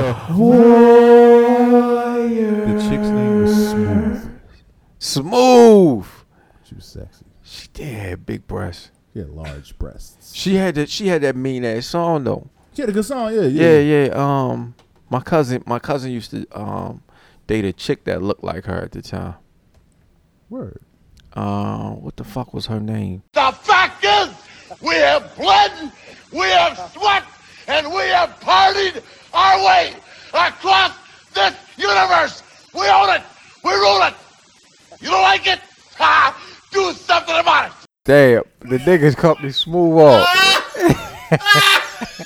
Speaker 2: The chick's name was Smooth.
Speaker 6: smooth.
Speaker 2: She was sexy.
Speaker 6: She did have big breasts.
Speaker 2: She had large breasts.
Speaker 6: She had that. She had that mean ass song though.
Speaker 2: She had a good song. Yeah, yeah.
Speaker 6: Yeah, yeah. Um, my cousin, my cousin used to um date a chick that looked like her at the time.
Speaker 2: Word.
Speaker 6: Uh, what the fuck was her name?
Speaker 9: The fact is, we have bled, we have sweat, and we have partied our way across this universe. We own it. We rule it. You don't like it? Ha! Do something about it.
Speaker 6: Damn, the niggas cut me smooth off.